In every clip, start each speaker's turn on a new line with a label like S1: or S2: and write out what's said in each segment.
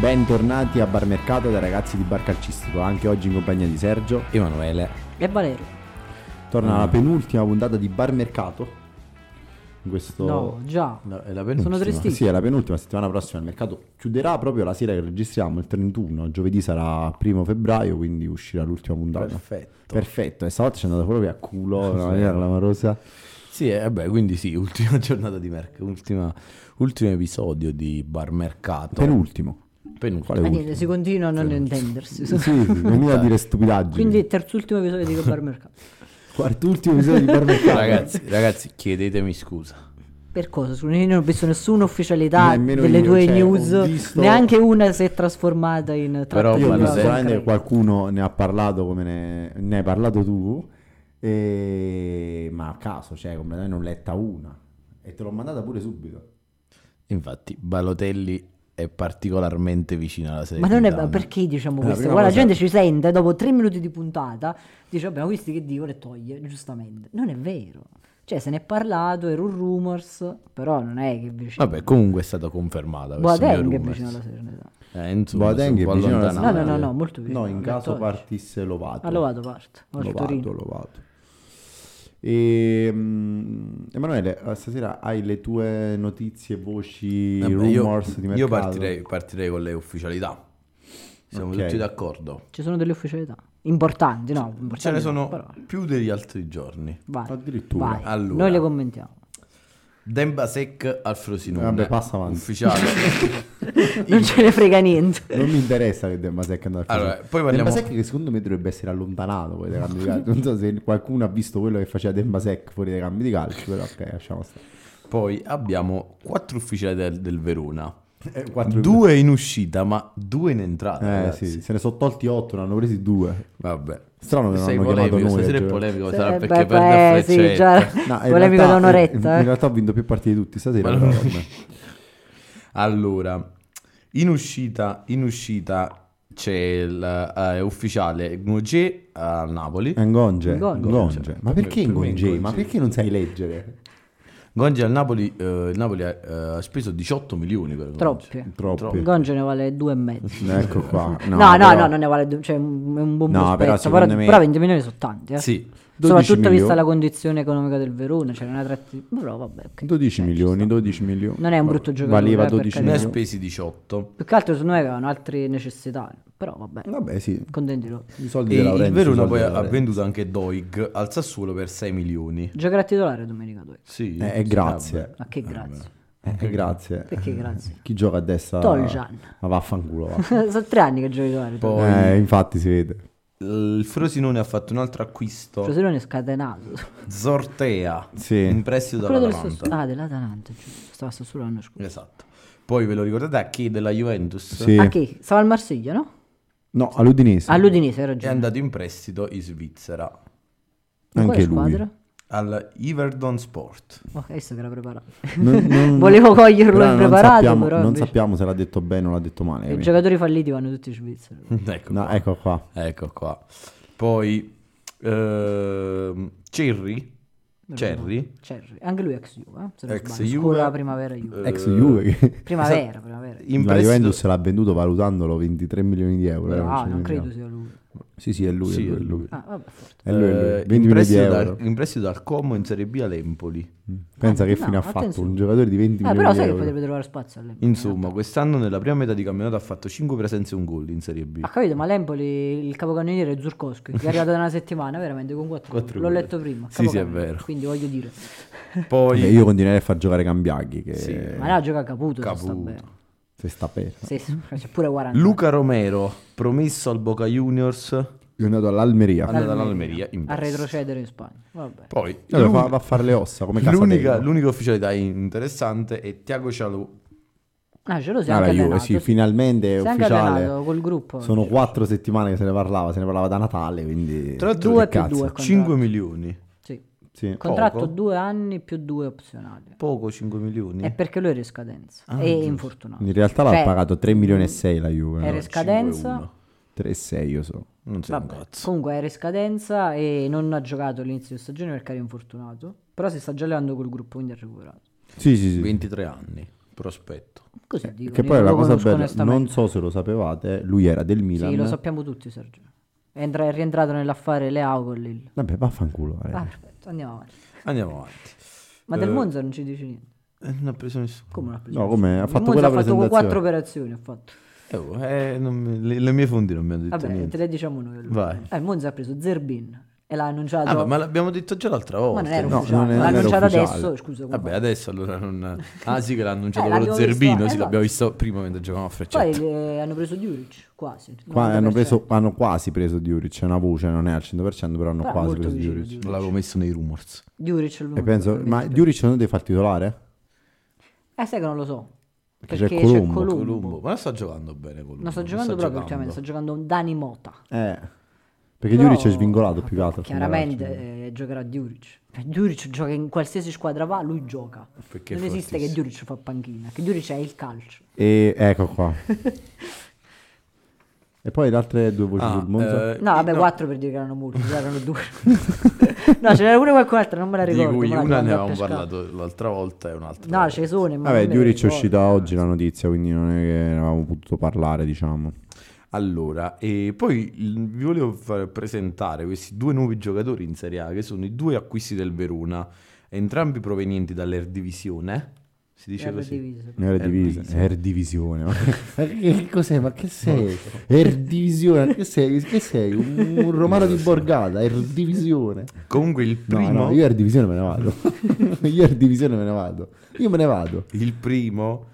S1: Bentornati a Bar Mercato dai ragazzi di Bar Calcistico, anche oggi in compagnia di Sergio.
S2: Emanuele.
S3: E Valero.
S1: Torna la
S2: Mm.
S1: penultima puntata di Bar Mercato. In questo
S3: No, già.
S2: La- è la penultima.
S3: Sono tre
S1: Ah,
S3: sti-
S1: Sì, è la penultima settimana prossima. Il mercato chiuderà proprio la sera che registriamo, il 31. Giovedì sarà primo febbraio, quindi uscirà l'ultima puntata.
S2: Perfetto.
S1: Perfetto, e stavolta ci è andato proprio a culo in una
S2: Sì.
S1: maniera clamorosa.
S2: Sì, eh, beh, quindi sì, ultima giornata di mercato, ultimo episodio di Bar Mercato.
S1: Penultimo.
S2: Penultimo.
S1: Quale
S3: Ma
S1: ultimo?
S3: niente, si continua a non intendersi.
S1: Sì, sì, venite a dire stupidaggini.
S3: Quindi il terzultimo episodio di Bar Mercato.
S1: Quart'ultimo episodio di Bar Mercato.
S2: Ragazzi, ragazzi, chiedetemi scusa.
S3: Per cosa? Scusa, io non ho visto nessuna ufficialità
S1: Nemmeno
S3: delle
S1: io,
S3: tue
S1: cioè, ho
S3: news,
S1: visto-
S3: neamente una si è trasformata in
S2: Però
S1: Io
S2: Ma
S1: ho
S2: lo
S1: visto
S2: sei?
S1: veramente che
S3: trattativa.
S1: qualcuno ne ha parlato come ne, ne hai parlato tu, e- ma a caso, cioè, completamente non letta una. E te l'ho mandata pure subito.
S2: Infatti, Balotelli è particolarmente vicino alla serie.
S3: Ma non è
S2: Zidane.
S3: perché diciamo
S1: la
S3: questo?
S1: prima
S3: Guarda, la
S1: cosa-
S3: gente ci sente dopo tre minuti di puntata, dice abbiamo visto che dicono e toglie, giustamente. Non è vero. Cioè, se ne è parlato, era un rumors, però non è che è vicino.
S2: Vabbè, comunque è stata confermata. questo mio
S3: Boateng è
S2: rumor.
S3: vicino alla serenità.
S2: Eh, insomma,
S1: Boateng
S2: sono
S1: è
S2: un po'
S1: vicino alla
S3: No,
S2: allontanato.
S3: no, no,
S1: Serie
S3: no,
S1: A.
S3: molto vicino,
S1: No, in caso
S3: Bertoldi.
S1: partisse Lovato.
S3: Ah, Lovato parte. Lovato
S1: Lovato,
S3: Torino.
S1: Lovato. E, mm, Emanuele, eh, stasera hai le tue notizie, voci,
S2: Vabbè, io-
S1: rumors di mercato?
S2: Io partirei, partirei con le ufficialità. Siamo
S1: Ok.
S2: tutti d'accordo.
S3: Ci sono delle ufficialità importanti, no? Importanti
S2: Ce ne
S3: no,
S2: sono
S3: però-
S2: più degli altri giorni.
S3: Vai,
S1: Addirittura.
S3: vai.
S2: Allora.
S3: Noi le commentiamo.
S2: Demba Sec al Frosinone.
S1: Vabbè, passa avanti.
S2: Ufficiale.
S3: Non ce ne frega niente.
S1: Non mi interessa che Dembasec andrà a
S2: Allora,
S1: fare.
S2: poi parliamo-
S1: Dembasec che secondo me dovrebbe essere allontanato poi dai campi di calcio. Non so se qualcuno ha visto quello che faceva Dembasec fuori dai campi di calcio, però ok, lasciamo stare.
S2: Poi abbiamo quattro ufficiali del, del Verona.
S1: Eh, quattro-
S2: Due in uscita, ma due in entrata.
S1: Eh
S2: ragazzi.
S1: sì, se ne sono tolti otto, ne hanno presi due.
S2: Vabbè.
S1: Strano che non
S2: Sei
S1: hanno chiamato
S2: polemico,
S1: noi.
S2: stasera è
S1: cioè.
S2: polemico,
S3: Sì,
S2: sarà
S3: Eh, beh,
S2: perché
S3: beh,
S2: perde a
S3: sì,
S2: freccetta.
S3: già.
S1: No, in
S3: Polemico
S1: realtà-
S3: da un'oretta,
S1: In,
S3: eh.
S1: in realtà ha vinto più partite di tutti stasera.
S2: Ma
S1: però
S2: non-
S1: vabbè.
S2: Allora, in uscita, in uscita c'è il eh, ufficiale Ngoge a Napoli.
S1: Eh, Ngonge.
S3: Ngonge.
S1: Ngonge. Ma perché
S2: Per me
S1: Ngonge?
S2: Ngonge.
S1: Ma perché non sai leggere?
S2: Ngonge al Napoli, eh, il Napoli ha, eh, ha speso 18 milioni per Ngonge.
S3: Troppi.
S1: Troppi.
S3: Gonge ne vale due e mezzo.
S1: Ecco qua.
S3: No,
S1: No,
S3: no,
S1: però-
S3: no, non ne vale due. Cioè, è un è un buon
S1: No, però
S3: prospetto, però,
S1: secondo me-
S3: però 20 milioni sono tanti, eh.
S2: Sì.
S1: 12
S3: Soprattutto vista
S1: milioni.
S3: la condizione economica del Verona, cioè, c'era una trattiva. Però vabbè, ok.
S1: 12
S3: Eh, ci
S1: milioni,
S3: sta.
S1: 12 milioni.
S3: Non è un
S1: Vabbè,
S3: brutto giocatore, eh,
S1: Valeva
S3: per
S1: 12
S2: Ne ha
S3: carità.
S1: milioni.
S2: spesi 18.
S3: Più che altro secondo me avevano altre necessità. Però vabbè,
S1: Vabbè, sì.
S3: contenti loro.
S1: I soldi
S2: E
S1: della
S2: il
S1: Laurenti, i
S2: Verona
S1: soldi
S2: poi
S1: della
S2: ha
S1: Laurenti.
S2: venduto anche Doig al Sassuolo per 6 milioni.
S3: Giocherà titolare domenica 2.
S2: Sì.
S1: Eh,
S2: sì,
S1: grazie.
S2: vabbè.
S3: Ma che grazie.
S1: Eh, grazie.
S3: Perché grazie?
S1: Chi gioca a destra?
S3: Toljan.
S1: Ma vaffanculo. Va.
S3: sono tre anni che giochi titolare.
S2: Poi-
S1: Eh, infatti si vede.
S2: Il Frosinone ha fatto un altro acquisto.
S3: Frosinone è scatenato.
S2: Zortea.
S1: Sì.
S2: In prestito
S3: Quello ah. del
S2: dall'Atalanta.
S3: sost- ah, dell'Atalanta, giusto. Stava solo l'anno scorso.
S2: Esatto. Poi ve lo ricordate a chi della Juventus?
S1: Eh, Sì.
S3: Ah, che? Stava al Marsiglia, no?
S1: No, all'Udinese.
S3: All'Udinese, hai
S2: È
S3: ragione.
S2: andato in prestito in Svizzera
S3: Ma quale
S1: Anche lui.
S3: squadra?
S2: al Iverdon Sport.
S3: Oh, questo che era preparato.
S1: Non- non-
S3: Volevo coglierlo
S1: Però non
S3: impreparato,
S1: sappiamo,
S3: però
S1: Non
S3: invece-
S1: sappiamo se l'ha detto bene o l'ha detto male.
S3: I
S1: capito?
S3: giocatori falliti vanno tutti in
S1: Mm.
S3: Svizzera.
S2: ecco,
S1: No,
S2: qua.
S1: ecco qua.
S2: ecco qua. Poi ehm, Cerri, Cerri,
S3: Cerri. Anche lui ex Juve, eh? se non
S2: Ex
S3: sbaglio.
S2: Juve.
S3: Scuola primavera Juve.
S2: Eh,
S1: Ex Juve. che-
S3: Primavera,
S1: esatto.
S3: primavera.
S2: in
S1: La
S2: prestito-
S1: Juventus l'ha venduto valutandolo 23 milioni di euro. eh,
S3: Ah,
S1: ci
S3: non credo
S1: dimentichiamo.
S3: sia lui.
S1: Sì, sì, è lui.
S2: Sì,
S1: è lui,
S2: è
S1: è lui.
S3: Ah, vabbè, forte.
S1: È lui, è lui.
S2: eh,
S1: 20
S2: in,
S1: milioni di
S2: prestito
S1: euro.
S2: dal, in prestito dal Como in Serie B all'Empoli.
S1: Pensa
S3: Ah,
S1: che
S3: no,
S1: fine ha fatto
S3: attenzione.
S1: un giocatore di 20
S3: Eh,
S1: milioni
S3: però
S1: di
S3: sai che
S1: euro.
S3: potrebbe trovare spazio all'Empoli.
S2: Insomma, quest'anno nella prima metà di campionato ha fatto 5 presenze e un gol in Serie B.
S3: Ha capito, ma l'Empoli, il capocannoniere è Zurkowski, che è arrivato da una settimana veramente con 4
S2: Quattro
S3: L'ho
S2: gol.
S3: letto prima.
S2: Sì, sì, è
S3: capocannoniere.
S2: vero.
S3: Quindi voglio dire. Eh.
S2: Poi
S1: Vabbè, io continuerei a far giocare Cambiaghi che
S2: Sì,
S3: Ma là gioca Caputo, se sta
S2: Eh. Caputo.
S3: bene.
S1: se sta bene.
S3: Sì, sì, c'è pure 40.
S2: Luca Romero, promesso al Boca Juniors,
S1: È andato all'Almeria.
S2: andato all'Almeria in
S3: a
S2: prestito.
S3: retrocedere in Spagna. Vabbè.
S2: Poi
S1: Allora,
S2: l'uni-
S1: fa- va a fare le ossa come
S2: l'unica,
S1: Casadei.
S2: l'unica ufficialità interessante è Tiago Cialou.
S3: Ah, ce lo
S1: Ah,
S3: siamo
S1: la Juve,
S3: allenato.
S1: sì, finalmente è
S3: Si è anche
S1: ufficiale.
S3: allenato col gruppo.
S1: Sono quattro settimane che se ne parlava, se ne parlava da Natale, quindi...
S2: Tra l'altro
S3: Due
S1: che
S3: più due. il
S2: 5
S3: contratto.
S2: milioni.
S3: Sì.
S1: Sì.
S3: Contratto
S2: Poco.
S3: due anni più due opzionali.
S2: Poco 5 milioni.
S3: È perché lui era in scadenza.
S2: Ah,
S3: e
S2: giusto.
S3: infortunato.
S1: In realtà l'ha
S3: Cioè,
S1: pagato 3 milioni e 6 la Juve.
S3: Era
S1: no?
S3: in scadenza.
S2: 5,1.
S1: 3,6 io so.
S2: Non so un
S3: Vabbè,
S2: cazzo.
S3: comunque era in scadenza e non ha giocato all'inizio di stagione perché era infortunato. Però si sta già allenando col gruppo, quindi ha recuperato.
S1: Sì, sì, sì.
S2: 23 anni. prospetto.
S3: Così dico.
S1: Eh, Che
S3: io
S1: poi è
S3: lo
S1: la cosa
S3: conosco
S1: bella, non
S3: onestamente.
S1: so se lo sapevate, lui era del Milan.
S3: Sì, lo sappiamo tutti, Sergio. È, entra- è rientrato nell'affare Leao con l'Lille.
S1: Vabbè, vaffanculo. eh.
S3: Ah, perfetto, andiamo avanti.
S2: Andiamo avanti.
S3: Ma del
S2: Eh,
S3: Monza non ci dici niente.
S2: eh, Non ha preso nessuno.
S3: Come l'ha preso?
S1: No, come ha
S3: Il
S1: fatto
S3: Monza
S1: quella
S3: ha fatto quattro
S1: presentazione.
S3: operazioni, ha fatto.
S2: Eh, oh, eh, non mi- le, le mie fonti non mi hanno detto
S3: Vabbè, te
S2: niente.
S3: le diciamo noi. allora.
S2: Vai.
S3: Eh, il Monza ha preso Zerbin e l'ha
S2: Ah,
S3: annunciato.
S2: ma- ma l'abbiamo detto già l'altra
S3: ma
S2: volta.
S3: non era
S1: no,
S3: ufficiale.
S1: non era
S3: l'ha annunciato adesso,
S1: ufficiale.
S3: scusa. come
S2: Vabbè,
S3: fa?
S2: adesso allora non... Ah sì che l'ha annunciato
S3: Eh,
S2: quello
S3: l'abbiamo visto,
S2: Zerbino, sì,
S3: esatto.
S2: l'abbiamo visto prima mentre giocavamo a freccetta.
S3: Poi eh, hanno preso Djuric, quasi.
S1: certo. Qua
S3: 90%.
S1: hanno, preso-
S3: certo.
S1: hanno quasi preso Diuric, c'è una voce, non è al 100%, però hanno
S3: Però
S1: quasi
S3: Ah, molto
S1: preso
S3: vicino
S1: Diuric.
S3: Djuric.
S2: Non l'avevo messo nei rumors.
S3: Djuric è il
S1: E
S3: numero
S1: penso,
S3: due,
S1: ma
S3: invece.
S1: Diuric non deve far titolare?
S3: Eh, sai che non lo so.
S1: Perché
S3: Perché,
S1: c'è
S3: c'è
S1: Colombo.
S3: Colombo.
S2: Colombo, ma non sta giocando bene Colombo.
S3: Non sta giocando proprio ultimamente, sta giocando un Dani Mota.
S1: Eh. Perché
S3: Però-
S1: Diuric è svingolato più che altro.
S3: Chiaramente eh, giocherà Djuric. Eh, Djuric gioca in qualsiasi squadra va, lui gioca.
S2: Perché è
S3: non esiste che
S2: fortissimo.
S3: Djuric fa panchina, che Djuric è il calcio.
S1: E ecco qua. e poi le altre due voci
S2: Ah,
S1: sul Monza?
S2: eh,
S3: No, vabbè,
S2: no,
S3: quattro per dire che erano molti, già erano due. no, ce n'era pure qualcun'altra, non me la ricordo.
S2: Di cui
S3: me la
S2: una ne
S3: ricordo a
S2: avevamo
S3: pescata.
S2: parlato l'altra volta e un'altra.
S3: No, ce sono. ma
S1: Vabbè,
S3: non me le
S1: Diuric è
S3: ricordo. Eh,
S1: uscita oggi la notizia, quindi non è che ne avevamo potuto parlare, diciamo.
S2: Allora, e poi il- vi volevo far presentare questi due nuovi giocatori in Serie A che sono i due acquisti del Verona, entrambi provenienti dall'Erdivisione. Si dice
S3: Era
S2: così?
S3: diviso.
S1: Erdivisione.
S2: Eredivisie.
S1: Erdivisione. ma- ma che cos'è? Ma che sei? Erdivisione. ma Che sei? Che sei? Un, un romano di Borgata. Erdivisione.
S2: Comunque il
S1: No,
S2: primo,
S1: no, io Erdivisione me ne vado. io Erdivisione me ne vado. Io me ne vado.
S2: il primo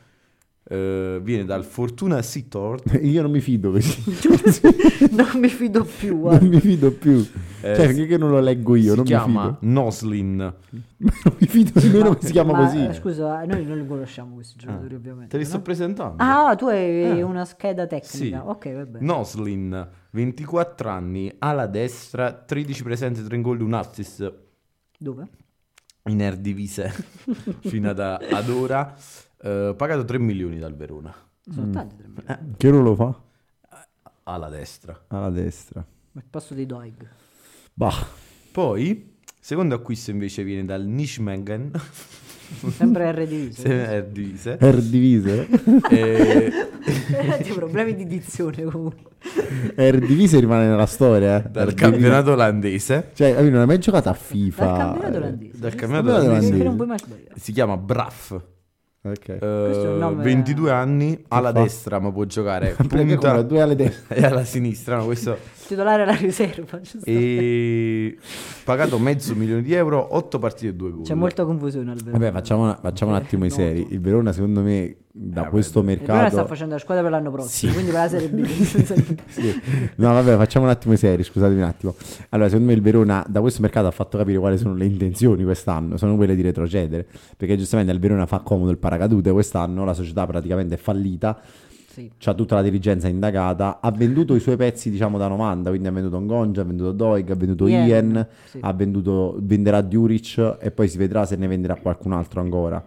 S2: eh, viene dal Fortuna Sittard
S1: Io non mi fido così.
S3: non mi fido più, guarda.
S1: Non mi fido più.
S2: Eh,
S1: cioè, perché che non lo leggo io?
S2: si
S1: non
S2: chiama Noslin.
S1: mi fido. non mi fido nemmeno
S3: Ma-
S1: che si chiama
S3: ma,
S1: così.
S3: eh, Scusa, noi non li conosciamo questi giocatori,
S2: Ah. Te
S3: ovviamente.
S2: li
S3: no?
S2: sto presentando.
S3: Ah, tu hai
S2: Eh.
S3: una scheda
S2: Sì.
S3: tecnica. Ok, va bene.
S2: Noslin, 24 anni, ala destra, 13 presenze, 3 gol, 1 assist
S3: Dove?
S2: in Erdivise fino ad, ad ora. Eh, pagato 3 milioni dal Verona.
S3: Sono tanti tre minuti.
S1: Eh, Che ruolo lo fa?
S2: Ala destra.
S1: Alla destra.
S3: Ma il passo dei Doig.
S1: Bah.
S2: Poi, secondo acquisto invece viene dal Nijmegen.
S3: Sempre R diviso.
S2: se- Erdivise.
S1: Erdivise.
S2: Eh,
S3: Dei problemi di dizione comunque.
S1: Erdivise rimane nella storia. Eh.
S2: dal
S1: Erdivise.
S2: campionato olandese.
S1: Cioè, lui non hai mai giocato a FIFA. Eh,
S3: Dal campionato olandese.
S2: dal
S3: Sì,
S2: campionato
S3: sì,
S1: olandese.
S3: perché non puoi mai sbagliare.
S2: Si chiama Braff.
S1: Ok.
S3: Questo è un
S2: Eh,
S3: nome-
S2: 22 anni, alla
S1: fa?
S2: destra, ma può giocare
S1: Perché compra
S2: punta
S1: due alle destra.
S2: e alla sinistra. no, questo-
S3: Titolare alla riserva. ci sta.
S2: E pagato mezzo milione di euro, 8 partite e 2 gol.
S3: C'è molta confusione al vero.
S1: Vabbè, facciamo, una- facciamo un attimo i
S3: No.
S1: seri. Il Verona, secondo me, da
S2: Eh,
S1: questo
S3: Il Verona sta
S1: mercato.
S3: facendo la squadra per l'anno prossimo,
S1: Sì.
S3: quindi per la Serie B.
S1: Sì. No, vabbè, facciamo un attimo i seri. Scusatemi un attimo. Allora, secondo me, il Verona da questo mercato ha fatto capire quali sono le intenzioni quest'anno. Sono quelle di retrocedere. Perché giustamente al Verona fa comodo il paracadute. Quest'anno la società praticamente è fallita.
S3: Sì.
S1: c'ha tutta la dirigenza indagata, ha venduto i suoi pezzi diciamo da 90, quindi ha venduto Ngonja, ha venduto Doig, ha venduto
S3: Ien,
S1: Ien,
S3: sì.
S1: ha venduto, venderà Djuric e poi si vedrà se ne venderà qualcun altro ancora.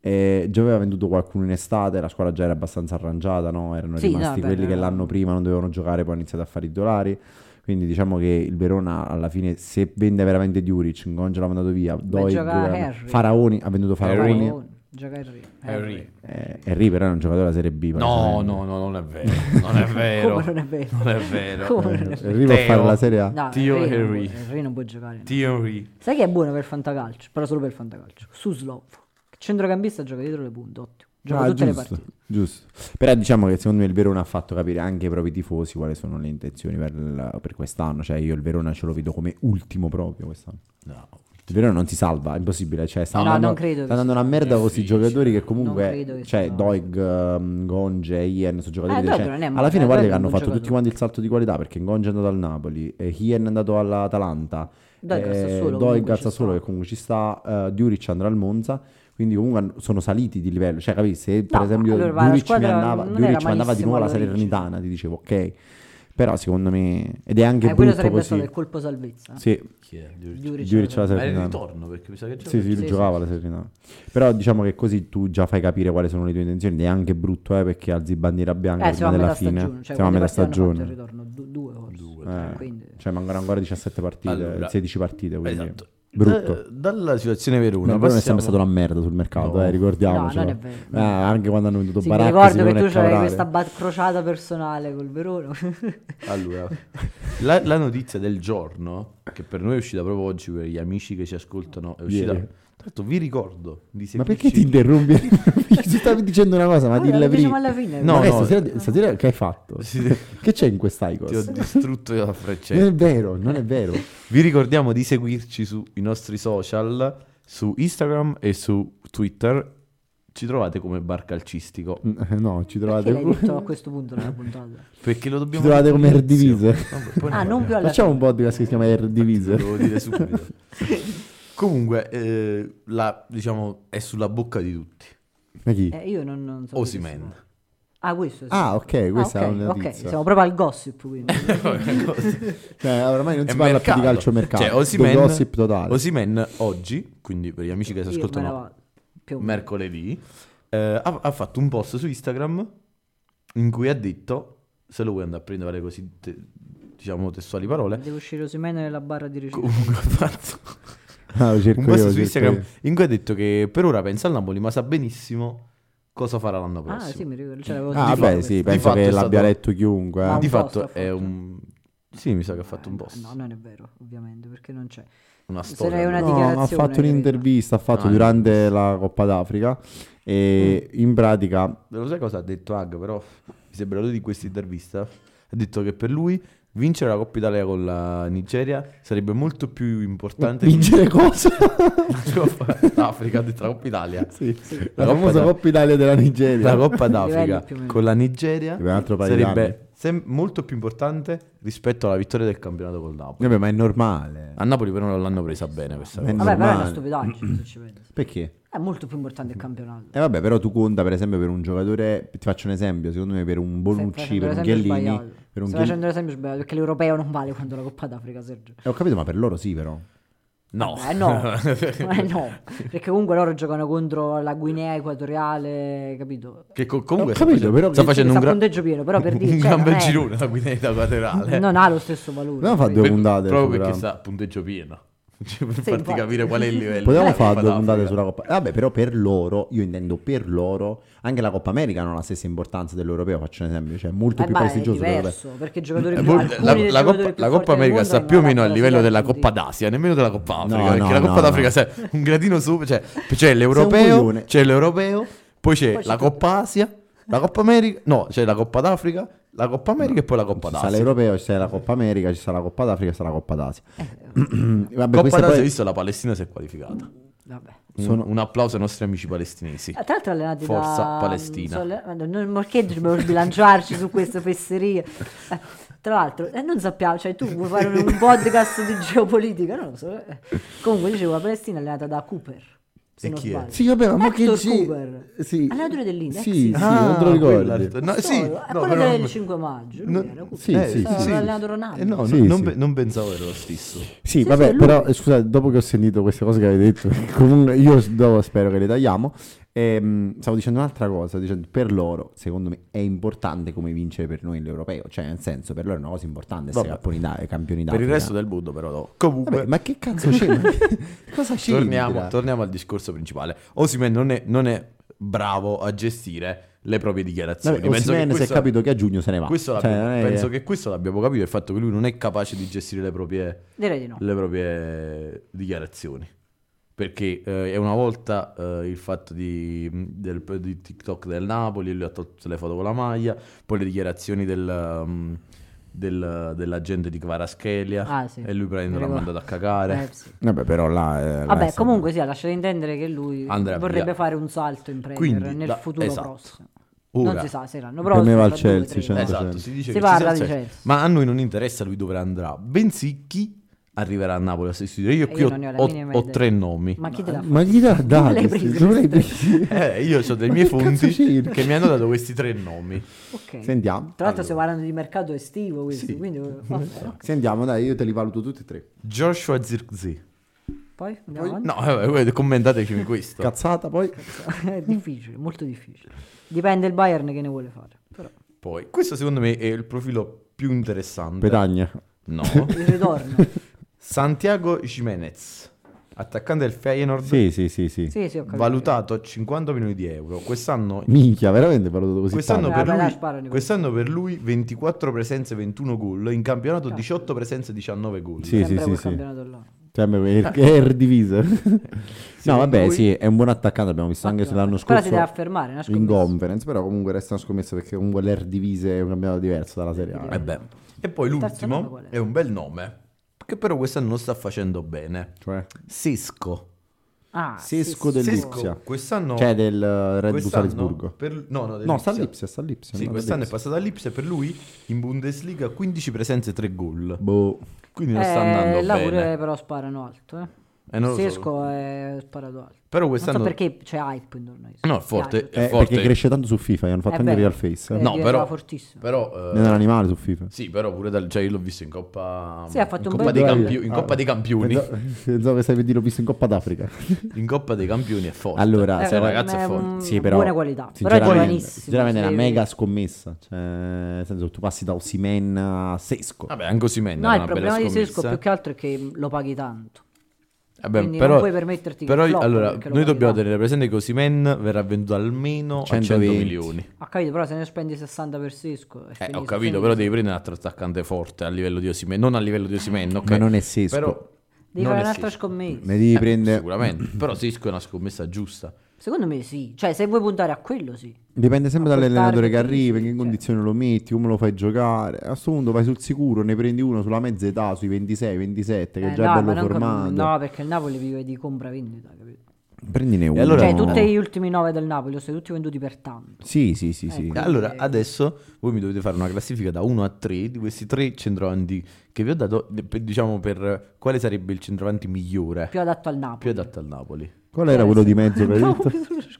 S1: E già aveva venduto qualcuno in estate, la squadra già era abbastanza arrangiata, no? erano
S3: Sì,
S1: rimasti
S3: no, vabbè,
S1: quelli che
S3: no.
S1: l'anno prima non dovevano giocare, poi ha iniziato a fare i dolari. Quindi diciamo che il Verona alla fine se vende veramente Djuric, Ngonja l'ha mandato via, Doig,
S3: gioca
S1: eh,
S3: Harry.
S1: Faraoni, ha venduto Faraoni.
S3: Oh, Gioca Harry.
S2: Harry.
S1: Eh, Henry però è un giocatore della Serie B.
S3: Eh.
S2: No,
S1: praticamente.
S2: no, no, non è vero. Non è vero.
S3: Come non è vero?
S2: Non è vero.
S3: Come non è
S1: Eh, Henry va a fare
S2: Teo.
S1: la Serie A.
S3: No,
S2: Theo
S3: Henry non
S2: Henry.
S3: può- Henry non può giocare. no.
S2: Theory.
S3: Sai che è buono per fantacalcio? Però solo per fantacalcio. Suslov. che Centrocampista gioca dietro le punte. Ottimo. Gioca
S1: Ah,
S3: tutte
S1: giusto,
S3: le partite.
S1: giusto. Però diciamo che secondo me il Verona ha fatto capire anche ai propri tifosi quali sono le intenzioni per, il- per quest'anno. Cioè, io il Verona ce lo vedo come ultimo proprio quest'anno.
S2: No.
S1: Il Verona non si salva, è impossibile. Cioè, sta
S3: No,
S1: andando,
S3: non credo che
S1: sta andando una merda con questi giocatori che comunque.
S3: Non credo che
S1: cioè,
S3: si-
S1: Doig, ehm, Gonge, Ien sono
S3: Eh,
S1: giocatori.
S3: Doig
S1: cioè,
S3: non è
S1: alla
S3: male,
S1: fine
S3: eh,
S1: guarda
S3: Doig
S1: che
S3: è
S1: hanno
S3: un
S1: fatto tutti
S3: giocatore.
S1: quanti il salto di qualità perché Gonge è andato al Napoli, eh, Hien è andato all'Atalanta,
S3: Doig al
S1: eh,
S3: Sassuolo,
S1: Doig
S3: comunque
S1: al
S3: ci
S1: Sassuolo
S3: sta.
S1: che comunque ci sta, eh, Djuric andrà al Monza. Quindi comunque hanno- sono saliti di livello, cioè capisci? Se per
S3: No,
S1: esempio
S3: allora, la
S1: Djuric mi
S3: squadra
S1: andava,
S3: non
S1: Djuric
S3: era
S1: mi andava di nuovo alla
S3: malissimo all'origine.
S1: Salernitana, ti dicevo ok. Però secondo me ed è anche
S3: Eh, quello
S1: brutto
S3: sarebbe
S1: così.
S3: stato il colpo salvezza.
S1: Sì,
S2: Chi è?
S3: Djuric
S1: Djuric alla
S2: Ma era il
S1: Salernitana.
S2: ritorno perché mi sa che c'era
S1: Sì, sì,
S3: Sì,
S1: lui
S3: sì,
S1: giocava la Serenità. Però diciamo che così tu già fai capire quali sono le tue intenzioni. Ed è anche brutto, eh, perché alzi bandiera bianca
S3: Eh,
S1: prima
S3: siamo a
S1: della
S3: metà
S1: fine.
S3: stagione. Cioè,
S1: siamo a
S3: quante
S1: metà
S3: partite hanno fatto il
S1: stagione.
S3: ritorno? Du- due forse.
S2: Due,
S3: Cioè,
S1: Eh,
S3: quindi-
S1: Cioè, mancano ancora 17 partite,
S2: Allora.
S1: 16 partite. Quindi.
S2: Esatto.
S1: Brutto.
S2: Da- dalla situazione Verona,
S1: Ma Verona è
S2: passiamo-
S1: sempre stata una merda sul mercato,
S2: No.
S1: eh,
S3: No,
S1: ricordiamoci.
S3: non è vero.
S1: Eh, anche quando hanno venduto
S3: Sì, mi
S1: Baracca,
S3: ricordo che
S1: Simone
S3: tu
S1: e
S3: c'avevi
S1: Caorale.
S3: questa bat- crociata personale col Verona.
S2: Allora, la, la notizia del giorno, che per noi è uscita proprio oggi, per gli amici che ci ascoltano, è uscita...
S1: Ieri.
S2: Tra l'altro vi ricordo di
S1: Ma
S2: seguirci-
S1: perché ti interrompi? Ci stavi dicendo una cosa, ma
S3: Vabbè,
S1: dilla
S3: lo diciamo
S1: prima.
S3: alla fine.
S2: No,
S1: Ma che
S2: no.
S1: Stasera, stasera che hai fatto?
S2: Sì,
S1: Che c'è in questa
S2: Ti ho
S1: Icos?
S2: distrutto la
S1: Non
S2: freccetta.
S1: è vero, non è vero.
S2: Vi ricordiamo di seguirci sui nostri social, su Instagram e su Twitter. Ci trovate come Bar Calcistico.
S1: No, ci
S3: Perché
S1: trovate,
S3: l'hai detto a questo punto nella puntata?
S2: Perché lo dobbiamo...
S1: Ci trovate come
S2: dire
S1: Erdivise.
S2: all'inizio. Vabbè, poi ne
S3: Ah, non
S2: parliamo.
S3: più alla
S1: Facciamo un
S3: fine.
S1: podcast che si chiama Air
S2: Te lo
S1: Divise.
S2: devo dire subito. Comunque, eh, la- diciamo, è sulla bocca di tutti.
S1: Ma chi?
S3: Eh, io non, non so.
S2: Osimen.
S3: questo. Ah, questo sì.
S1: Ah, ok, questa
S3: Ah,
S1: è una
S3: ok,
S1: notizia.
S3: ok, siamo proprio al gossip quindi.
S1: Cioè, ormai non
S2: È
S1: si parla
S2: mercato.
S1: più di calcio mercato.
S2: Cioè, Osimhen-
S1: Do gossip totale.
S2: Osimhen oggi, quindi per gli amici che si
S3: Io me ne
S2: ascoltano
S3: vado, più o meno.
S2: mercoledì, eh, ha, ha fatto un post su Instagram in cui ha detto, se lo vuoi andare a prendere così, te- diciamo testuali parole,
S3: Devo uscire Osimene nella barra di ricerca.
S2: comunque ha fatto
S1: Ah, lo cerco
S2: un post
S1: io,
S2: su
S1: lo cerco
S2: Instagram
S1: io.
S2: in cui ha detto che per ora pensa al Napoli ma sa benissimo cosa farà l'anno
S3: Ah,
S2: prossimo.
S3: sì, mi ricordo. ce l'avevo
S1: Ah,
S3: sentito
S1: beh,
S3: questo.
S1: sì,
S2: Di
S1: penso
S2: fatto è
S1: che
S2: stato-
S1: l'abbia letto chiunque. eh.
S3: Ma
S2: Di
S3: un post
S2: fatto
S3: ha
S2: è
S3: fatto.
S2: un... Sì, mi sa che ha fatto un
S3: Eh,
S2: post.
S3: No, non è vero, ovviamente, perché non c'è.
S2: Una
S3: Se
S2: storia.
S3: l'hai una
S2: no?
S1: No, ha
S3: dichiarazione,
S1: fatto
S3: credo.
S1: un'intervista, ha fatto
S2: No,
S1: durante la Coppa d'Africa e
S3: Mm.
S1: in pratica
S2: Lo sai cosa ha detto Hag, però? Mi sembra lui di questa intervista. Ha detto che per lui vincere la Coppa Italia con la Nigeria sarebbe molto più importante di
S1: vincere cosa?
S2: Africa, ha detto la Coppa Italia.
S1: Sì, La
S2: La Coppa
S1: famosa
S2: d'A-
S1: Coppa Italia della Nigeria.
S2: La Coppa
S3: Livelli
S2: d'Africa
S3: più o meno.
S2: con la Nigeria
S1: Che per un altro paio di
S2: sarebbe sem- molto più importante rispetto alla vittoria del campionato col Napoli. Eh,
S1: Vabbè, ma è normale.
S2: A Napoli però non l'hanno presa bene questa
S1: Ma è
S2: cosa.
S3: Vabbè, però è una
S1: normale.
S3: stupidaggine, se ci pensi.
S1: Perché?
S3: È molto più importante il campionato.
S1: E vabbè, però tu conta per esempio per un giocatore, ti faccio un esempio, secondo me per un Bonucci, per un Chiellini, per un
S3: Sto
S1: Chiellini.
S3: facendo l'esempio sbagliato perché l'europeo non vale quando la Coppa d'Africa, Sergio.
S1: Eh, ho capito, ma per loro sì però.
S2: No.
S3: Eh no, eh no, perché comunque loro giocano contro la Guinea equatoriale, capito?
S2: Che co- comunque
S1: Ho
S2: sta
S1: capito,
S2: facendo,
S1: però-
S2: sta facendo
S3: Sta
S2: un, gra-
S3: punteggio pieno, però per
S2: un-
S3: dire,
S2: un
S3: cioè,
S2: gran
S3: non
S2: bel
S3: è-
S2: girone la guinea quadrale.
S3: Non ha lo stesso valore.
S1: Abbiamo fatto
S3: capito? Eh,
S1: due puntate.
S2: proprio
S1: sul
S2: perché
S1: Ram.
S2: sta a punteggio pieno. Cioè, per
S3: Sì,
S2: farti
S3: infatti.
S2: capire qual è il livello.
S1: Potevamo
S2: della
S1: fare
S2: Coppa
S1: due puntate
S2: d'Africa.
S1: sulla Coppa. eh, Vabbè, però per loro, io intendo per loro, anche la Coppa America non ha la stessa importanza dell'europeo, faccio un esempio, cioè è molto
S3: Eh,
S1: più
S3: ma è
S1: prestigioso dell'europeo.
S3: diverso, perché i giocatori
S2: Eh,
S3: più,
S2: poi
S3: alcuni
S2: la,
S3: dei
S2: la
S3: giocatori
S2: Coppa,
S3: più forti
S2: la Coppa
S3: del
S2: America
S3: mondo
S2: sta più o
S3: hanno
S2: meno
S3: la
S2: al livello della
S3: classifica
S2: Coppa
S3: punti.
S2: d'Asia, nemmeno della Coppa Africa,
S1: No,
S2: perché
S1: no,
S2: la
S1: no,
S2: Coppa
S1: no.
S2: d'Africa sa- un gradino sopra, cioè c'è
S1: Sei un
S2: l'europeo,
S1: coglione.
S2: c'è l'europeo, poi c'è
S3: Poi c'è
S2: la
S3: tutto.
S2: Coppa Asia, la Coppa America, no, c'è la Coppa d'Africa, la Coppa America e poi la Coppa
S1: Ci sta
S2: d'Asia.
S1: l'europeo, ci sta la Coppa America, ci sta la Coppa d'Africa, ci sta la Coppa d'Asia. Vabbè,
S2: Coppa
S1: questa
S2: d'Asia, hai
S1: poi
S2: visto la Palestina si è qualificata.
S3: Vabbè.
S2: Un-
S1: Sono-
S2: Un applauso ai nostri amici palestinesi.
S3: Ah, Tra l'altro allenati
S2: Forza
S3: da...
S2: Palestina.
S3: so- le- Non perché dobbiamo sbilanciarci su queste fesserie? Eh, Tra l'altro, eh, non sappiamo, cioè tu vuoi fare un, un podcast di geopolitica? Non lo so. eh. Comunque dicevo, la Palestina è allenata da Cooper. Se
S2: E
S3: non
S2: chi è?
S3: sbaglio.
S1: Sì, vabbè, ma mo che
S3: Hector
S1: ci-
S3: Cooper.
S1: Sì.
S3: Allenatore dell'Inter.
S1: Sì,
S3: ex
S1: eh, sì. Ah,
S3: Inter.
S1: non
S2: Ah,
S1: te lo ricordi.
S2: quell'altro- No,
S3: Solo-
S2: sì,
S3: eh,
S2: no,
S3: quello
S2: però-
S3: del 5 maggio. lui
S2: No,
S3: era Cooper.
S1: Sì,
S2: Eh,
S1: sì,
S3: Stava
S1: sì.
S3: allenando Ronaldo.
S2: Eh, no,
S1: Sì,
S2: non,
S1: sì.
S2: pe- non pensavo era lo stesso.
S1: Sì,
S3: Sì,
S1: vabbè,
S3: sì, è lui.
S1: però eh, scusate, dopo che ho sentito queste cose che avete detto, comunque io s- dopo spero che le tagliamo. ehm, stavo dicendo un'altra cosa, dicendo per loro, secondo me, è importante come vincere per noi l'europeo. Cioè, nel senso, per loro è una cosa importante essere
S2: Vabbè.
S1: campioni d'A- campioni
S2: Per il
S1: d'Africa.
S2: resto del mondo, però, no. Comunque,
S1: Vabbè, ma che cazzo c'è? Ma- cosa c'è?
S2: torniamo, torniamo al discorso principale. Osimen non è, non è bravo a gestire le proprie dichiarazioni.
S1: Vabbè, Osimhen si è
S2: questo-
S1: capito che a giugno se ne va.
S2: questo
S1: Cioè,
S2: l'abbiamo-
S1: non è-
S2: penso che questo l'abbiamo capito: il fatto che lui non è capace di gestire le proprie,
S3: Direi di no.
S2: le proprie dichiarazioni. Perché eh, è una volta eh, il fatto di, del, di TikTok del Napoli, lui ha tolto tutte le foto con la maglia, poi le dichiarazioni del, um, del- dell'agente di Kvaraschelia
S3: Ah, sì.
S2: e lui prende
S3: Mi
S2: l'ha
S3: ricordo.
S2: mandato a cagare.
S3: Eh, sì.
S1: Vabbè, però là... eh, là è
S3: Vabbè,
S1: stato-
S3: comunque sì, ha lasciato intendere che lui
S2: Andrà
S3: vorrebbe
S2: via.
S3: fare un salto in Premier
S2: Quindi,
S3: nel
S2: da-
S3: futuro
S2: esatto.
S3: prossimo.
S2: Ora.
S3: Non si sa se l'anno
S1: Per me
S3: prossimo.
S1: va al
S3: fra due,
S1: Chelsea,
S3: tre,
S1: cioè.
S3: quattro.
S2: Esatto, si dice
S3: Si
S2: che ci
S3: parla
S2: sarà
S3: di
S2: Chelsea.
S3: Chelsea.
S2: Ma a noi non interessa lui dove andrà, bensì chi arriverà a Napoli a sostituire. Io
S3: E Eh,
S2: qui
S3: io
S2: ho,
S3: non ne ho la
S2: ho-
S3: minima
S2: ho
S3: idea.
S2: tre nomi.
S3: Ma chi te l'ha fatto?
S1: Ma gli dà dato?
S3: l'hai
S1: questi-
S3: preso
S1: dove l'hai presi?
S2: Eh, io ho dei
S1: Ma
S2: miei
S1: che cazzo
S2: fonti
S1: c'entra?
S2: che mi hanno dato questi tre nomi.
S3: Ok.
S1: Sentiamo.
S3: Tra l'altro stiamo parlando di mercato estivo questi,
S2: Sì.
S3: quindi vabbè, ok.
S1: Sentiamo, dai, io te li valuto tutti e tre.
S2: Joshua Zirkzee.
S3: poi andiamo avanti.
S2: No, eh, eh, commentateci questo.
S1: Cazzata poi.
S3: è difficile, molto difficile. Dipende il Bayern che ne vuole fare. Però
S2: Poi, questo secondo me è il profilo più interessante.
S1: Petagna.
S2: No.
S3: il ritorno.
S2: Santiago Jimenez. attaccante del Feyenoord,
S1: Sì, sì, sì, sì.
S3: Sì, sì, ho capito.
S2: valutato a 50 milioni di euro. Quest'anno
S1: Minchia, veramente valutato così
S2: Quest'anno
S1: tanto.
S3: Vabbè,
S2: per,
S3: dai,
S2: lui,
S3: sparami.
S2: quest'anno per lui 24 presenze, 21 gol. In campionato
S3: Cazzo.
S2: 18 presenze, 19 gol.
S1: Sì, sì,
S3: Sempre
S1: sì,
S3: quel
S1: sì.
S3: campionato là.
S1: Cioè, è, è erdivisa. no, vabbè,
S2: lui-
S1: sì, è un buon attaccante. Abbiamo visto anche se
S3: Infatti,
S1: l'anno
S3: però
S1: scorso
S3: si deve affermare, è una
S1: in
S3: scommessa.
S1: conference. Però comunque resta una scommessa perché comunque l'erdivise è un campionato diverso dalla Serie A.
S2: Eh beh. E poi
S3: Il terzo nome
S2: l'ultimo
S3: qual è?
S2: è un bel nome, che però quest'anno non sta facendo bene.
S1: Cioè,
S2: Sesco.
S3: Ah,
S1: Sesco
S3: sì,
S1: del
S3: sì.
S1: Lipsia.
S2: Sesco, quest'anno...
S1: cioè del eh, Red Bull
S2: quest'anno
S1: Salisburgo.
S2: per- no, no, del
S1: No, sta
S2: Lipsia.
S1: all'Ipsia, sta all'Ipsia.
S2: Sì,
S1: no,
S2: quest'anno è
S1: all'Ipsia.
S2: passato all'Ipsia per lui in Bundesliga 15 presenze e 3 gol.
S1: Boh.
S2: Quindi non sta
S3: Eh,
S2: andando
S3: là pure
S2: bene.
S3: però sparano alto, eh.
S2: Eh, non lo so.
S3: Sesco è sparato alto.
S2: Però
S3: Non so
S2: quest'anno
S3: perché c'è hype intorno a questo.
S2: No, è forte.
S3: Hype.
S2: È
S1: Eh,
S2: forte.
S1: perché cresce tanto su FIFA, gli hanno fatto
S3: Eh,
S1: anche
S3: beh.
S1: Real Face.
S3: Eh,
S1: Eh.
S2: No,
S3: diventava
S2: però-
S3: fortissimo.
S2: però eh,
S1: È un animale su FIFA.
S2: Sì, però pure dal, cioè io l'ho visto in Coppa Ah.
S3: Sì, ha fatto
S2: in
S3: un bel
S2: Coppa dei
S3: gol.
S2: Campio- in Coppa dei Campioni.
S1: Pensavo- Pensavo che stavi per dire l'ho visto in Coppa d'Africa.
S2: In Coppa dei Campioni è forte.
S1: Allora,
S2: Cioè,
S1: se-
S2: ragazzo
S3: ma
S2: è
S3: è
S2: forte.
S3: un-
S1: Sì, però,
S3: Eh, mm, buona qualità, però è
S1: Sinceramente,
S3: giovanissimo,
S1: sinceramente è
S3: sì.
S1: una mega scommessa. Cioè, nel senso, tu passi da Osimen a Sesco.
S2: Vabbè, anche Osimhen
S3: No, il
S2: è una bella
S3: problema di
S2: scommessa.
S3: Sesco più che altro è che lo paghi tanto.
S2: Vabbè,
S3: quindi
S2: Eh però,
S3: non puoi permetterti
S2: però
S3: il flop
S2: allora,
S3: perché lo
S2: noi
S3: paghi
S2: dobbiamo
S3: tanto.
S2: tenere presente che Osimhen verrà venduto almeno a 100
S1: 120.
S2: milioni.
S3: Ho capito, però se ne spendi 60 per Sesco... Eh.
S2: Eh, ho capito, però devi prendere un altro attaccante forte a livello di Osimhen, non a livello di Osimhen, ok?
S1: Ma non è Sesco.
S2: Però
S3: Devi
S2: non
S3: fare
S2: è
S3: un'altra
S2: Sesco.
S3: scommessa.
S1: Ne devi
S2: Eh,
S1: prendere.
S2: sicuramente, però Sisco è una scommessa giusta.
S3: Secondo me sì, cioè se vuoi puntare a quello sì.
S1: Dipende sempre
S3: Ma portare
S1: dall'allenatore che
S3: perché dici,
S1: arriva, in che
S3: cioè.
S1: condizioni lo metti, come lo fai giocare. A questo punto vai sul sicuro, ne prendi uno sulla mezza età, sui 26, 27, che
S3: Eh,
S1: è già
S3: no, ma
S1: bello
S3: non con-
S1: formato.
S3: no, perché il Napoli vive di compra-vendita, capito?
S1: Prendine uno.
S2: allora-
S3: Cioè, tutti gli ultimi nove del Napoli sono tutti venduti per tanto.
S1: Sì, sì, sì, sì.
S3: Ecco.
S2: Allora, adesso voi mi dovete fare una classifica da 1 a 3 di questi tre centravanti che vi ho dato, eh, per- diciamo per eh, quale sarebbe il centravanti migliore,
S3: Più adatto al Napoli.
S2: più adatto al Napoli.
S1: Qual era quello di mezzo? che hai
S3: No,
S1: detto?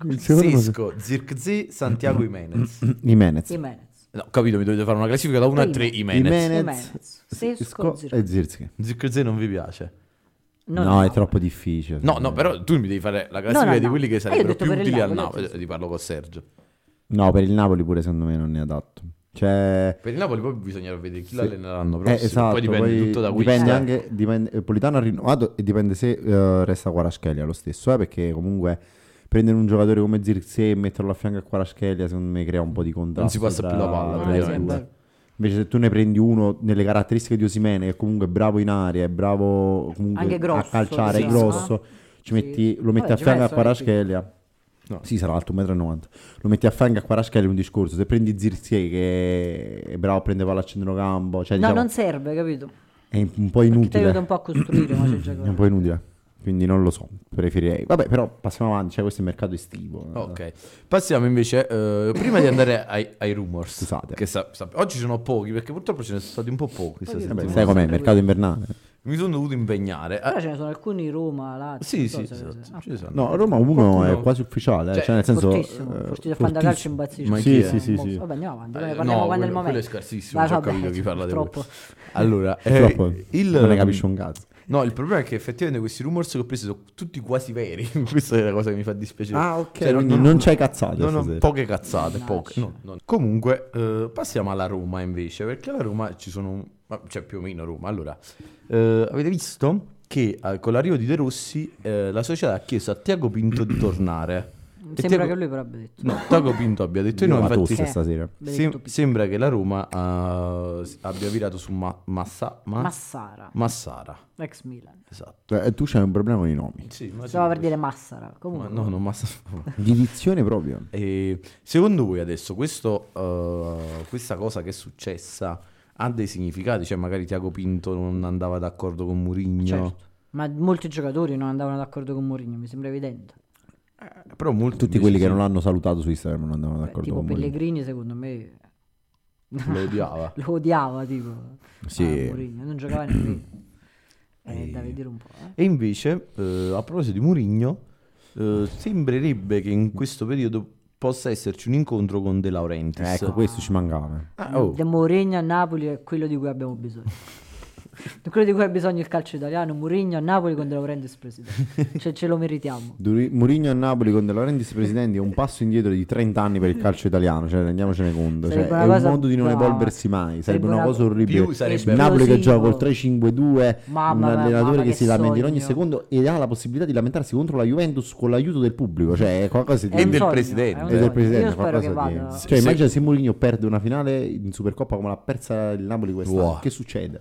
S1: Il secondo-
S2: Sisco, Zirkzee, Santiago Imenez.
S1: Mm, Jimenez.
S3: Jimenez.
S2: No, capito, mi dovete fare una classifica da 1 a 3 Imenez.
S1: Jimenez,
S3: Jimenez, Sesco,
S1: Sesco
S3: Zirkzee.
S1: e Zirzi.
S2: Zirkzee non vi piace?
S3: Non
S1: eh, no,
S3: al
S1: è troppo difficile.
S2: No, no, però tu mi devi fare la classifica
S3: al
S2: di
S3: Napoli. Eh,
S2: quelli che
S3: io ho
S2: sarebbero
S3: detto
S2: più
S3: per il
S2: utili al
S3: Napoli,
S2: Napoli.
S3: sì, sì.
S2: Ti parlo con Sergio.
S1: No, per il Napoli pure secondo me non è adatto. Cioè...
S2: Per il Napoli poi bisognerà vedere chi
S1: Sì.
S2: l'allenerà l'anno
S1: eh,
S2: prossimo.
S1: esatto,
S2: poi dipende tutto da qui.
S1: dipende
S2: eh.
S1: anche dipende, eh, Politano ha rinnovato e dipende se eh, resta Quaraschelia lo stesso eh, perché comunque prendere un giocatore come Zirze e metterlo a fianco a Quaraschelia secondo me crea un po' di contrasto
S2: Non si passa
S1: tra-
S2: più la
S1: tra
S2: palla,
S1: i
S2: praticamente.
S1: due. invece se tu ne prendi uno nelle caratteristiche di Osimene che comunque è bravo in aria è bravo comunque
S3: Anche grosso,
S1: a calciare è
S2: sì,
S1: grosso
S3: sì.
S1: ci metti- lo
S3: Vabbè,
S1: metti a
S3: Giovanni
S1: fianco a
S3: è solito.
S1: Quaraschelia
S2: No.
S1: sì, sarà alto 1,90 m. Lo metti a fianco a Quaraschelia è un discorso. Se prendi Zirzie che è bravo a prendere palla a centrocampo, cioè,
S3: No,
S1: diciamo,
S3: non serve, capito?
S1: è un po'
S3: Perché ti
S1: inutile.
S3: aiuta un po' a costruire, ma c'è il
S1: È un po' inutile. Quindi non lo so, preferirei. Vabbè, però passiamo avanti, cioè questo è il mercato estivo.
S2: Ok, passiamo invece, eh, prima di andare ai, ai rumors,
S1: Scusate.
S2: che sa- sa- oggi sono pochi perché purtroppo ce ne sono stati un po' pochi questa
S1: Vabbè,
S2: settimana.
S1: sai com'è,
S3: Sempre
S1: mercato invernale.
S2: Mi sono dovuto impegnare.
S3: Però
S2: Eh,
S3: ce ne sono alcuni Roma, Lazio.
S2: sì,
S3: non so
S2: sì,
S3: se-
S2: esatto,
S3: ah,
S2: ci sono.
S1: No, Roma 1
S2: Qualcuno-
S1: è quasi ufficiale, eh,
S2: Cioè,
S1: cioè, nel senso...
S3: fortissimo,
S1: eh,
S3: fortissimo,
S1: fortissimo.
S3: fantacalcio impazzisce.
S2: Ma
S3: Ma
S1: chi è? Sì, sì,
S3: Boh, Vabbè,
S1: sì, sì.
S3: andiamo avanti,
S2: Eh,
S3: ne parliamo
S2: no,
S3: quando è il
S2: quello- quello
S3: momento.
S2: è scarsissimo,
S3: Ah,
S2: non ho
S3: vabbè,
S2: capito chi parla di
S3: purtroppo.
S2: Allora, eh,
S1: Purtroppo
S2: il, ehm,
S1: non ne capisci un cazzo.
S2: No, il problema è che effettivamente questi rumors che ho preso sono tutti quasi veri. Questa è la cosa che mi fa dispiacere.
S1: Ah, ok,
S2: Cioè,
S1: quindi non c'hai cazzate
S2: No, no,
S1: stasera.
S2: poche cazzate,
S3: Mannaggia.
S2: poche. No, no. Comunque, eh, passiamo alla Roma invece, perché alla Roma ci sono... un- ma- Cioè, più o meno Roma. Allora, eh, avete visto che eh, con l'arrivo di De Rossi eh, la società ha chiesto a Tiago Pinto di tornare.
S3: Mi
S2: E
S3: sembra
S2: Thiago-
S3: che lui però abbia detto.
S2: No, Tiago Pinto abbia detto di no,
S1: Io la
S3: Eh.
S2: infatti...
S1: tosse stasera.
S2: sem-
S3: Benedetto Pizzo.
S2: sembra che la Roma eh, s- abbia virato su Ma- Massa- Ma-
S3: Massara,
S2: Massara.
S3: ex Milan.
S2: Esatto.
S1: Eh, tu c'hai un problema con i nomi.
S2: Sì, ma
S3: Stavo
S2: sì,
S3: per dire Massara. Comunque,
S2: ma no, non basta.
S1: Di dizione proprio.
S2: E secondo voi adesso questo, eh, questa cosa che è successa ha dei significati? Cioè magari Tiago Pinto non andava d'accordo con Mourinho,
S3: certo. Ma molti giocatori non andavano d'accordo con Mourinho, mi sembra evidente.
S2: Eh, però molti
S1: Tutti
S2: invece
S1: quelli che
S2: sì,
S1: non l'hanno salutato su Instagram non andavano
S3: Beh,
S1: d'accordo
S3: tipo
S1: con Mourinho.
S3: Pellegrini, secondo me,
S2: lo odiava.
S3: lo odiava, tipo.
S1: Sì.
S3: ah, Mourinho, non giocava nemmeno. È da vedere un po', eh.
S2: E invece, eh, a proposito di Mourinho, eh, sembrerebbe che in questo periodo possa esserci un incontro con De Laurentiis.
S1: Ecco, questo ci mancava.
S2: Ah, oh.
S3: De Mourinho a Napoli è quello di cui abbiamo bisogno. quello di cui ha bisogno il calcio italiano, Mourinho a Napoli quando lo prende il presidente. Cioè ce lo meritiamo.
S1: Duri- Mourinho a Napoli con De Laurentiis presidente è un passo indietro di 30 anni per il calcio italiano, cioè rendiamocene conto, cioè,
S3: Sarebbe una
S1: è un
S3: cosa-
S1: modo di non
S3: no.
S1: evolversi mai, sarebbe
S3: Sarebbe
S1: una
S3: una-
S1: cosa orribile.
S2: Più sarebbe-
S1: Il Napoli che gioca
S3: Esplosivo.
S1: col 3-5-2,
S3: Mamma
S1: un
S3: mia,
S1: allenatore
S3: mamma
S1: che,
S3: che
S1: si lamenta in
S3: sogno.
S1: ogni secondo e ha la possibilità di lamentarsi contro la Juventus con l'aiuto del pubblico, cioè è qualcosa di
S3: È un
S2: del
S3: sogno,
S2: presidente.
S3: è un
S1: e del
S3: sogno.
S1: presidente
S3: Io spero che
S1: qualcosa di-
S3: vada.
S1: Cioè,
S2: Se-
S1: immagina se Mourinho perde una finale in Supercoppa come l'ha persa il Napoli quest'anno.
S2: Wow.
S1: Che succede?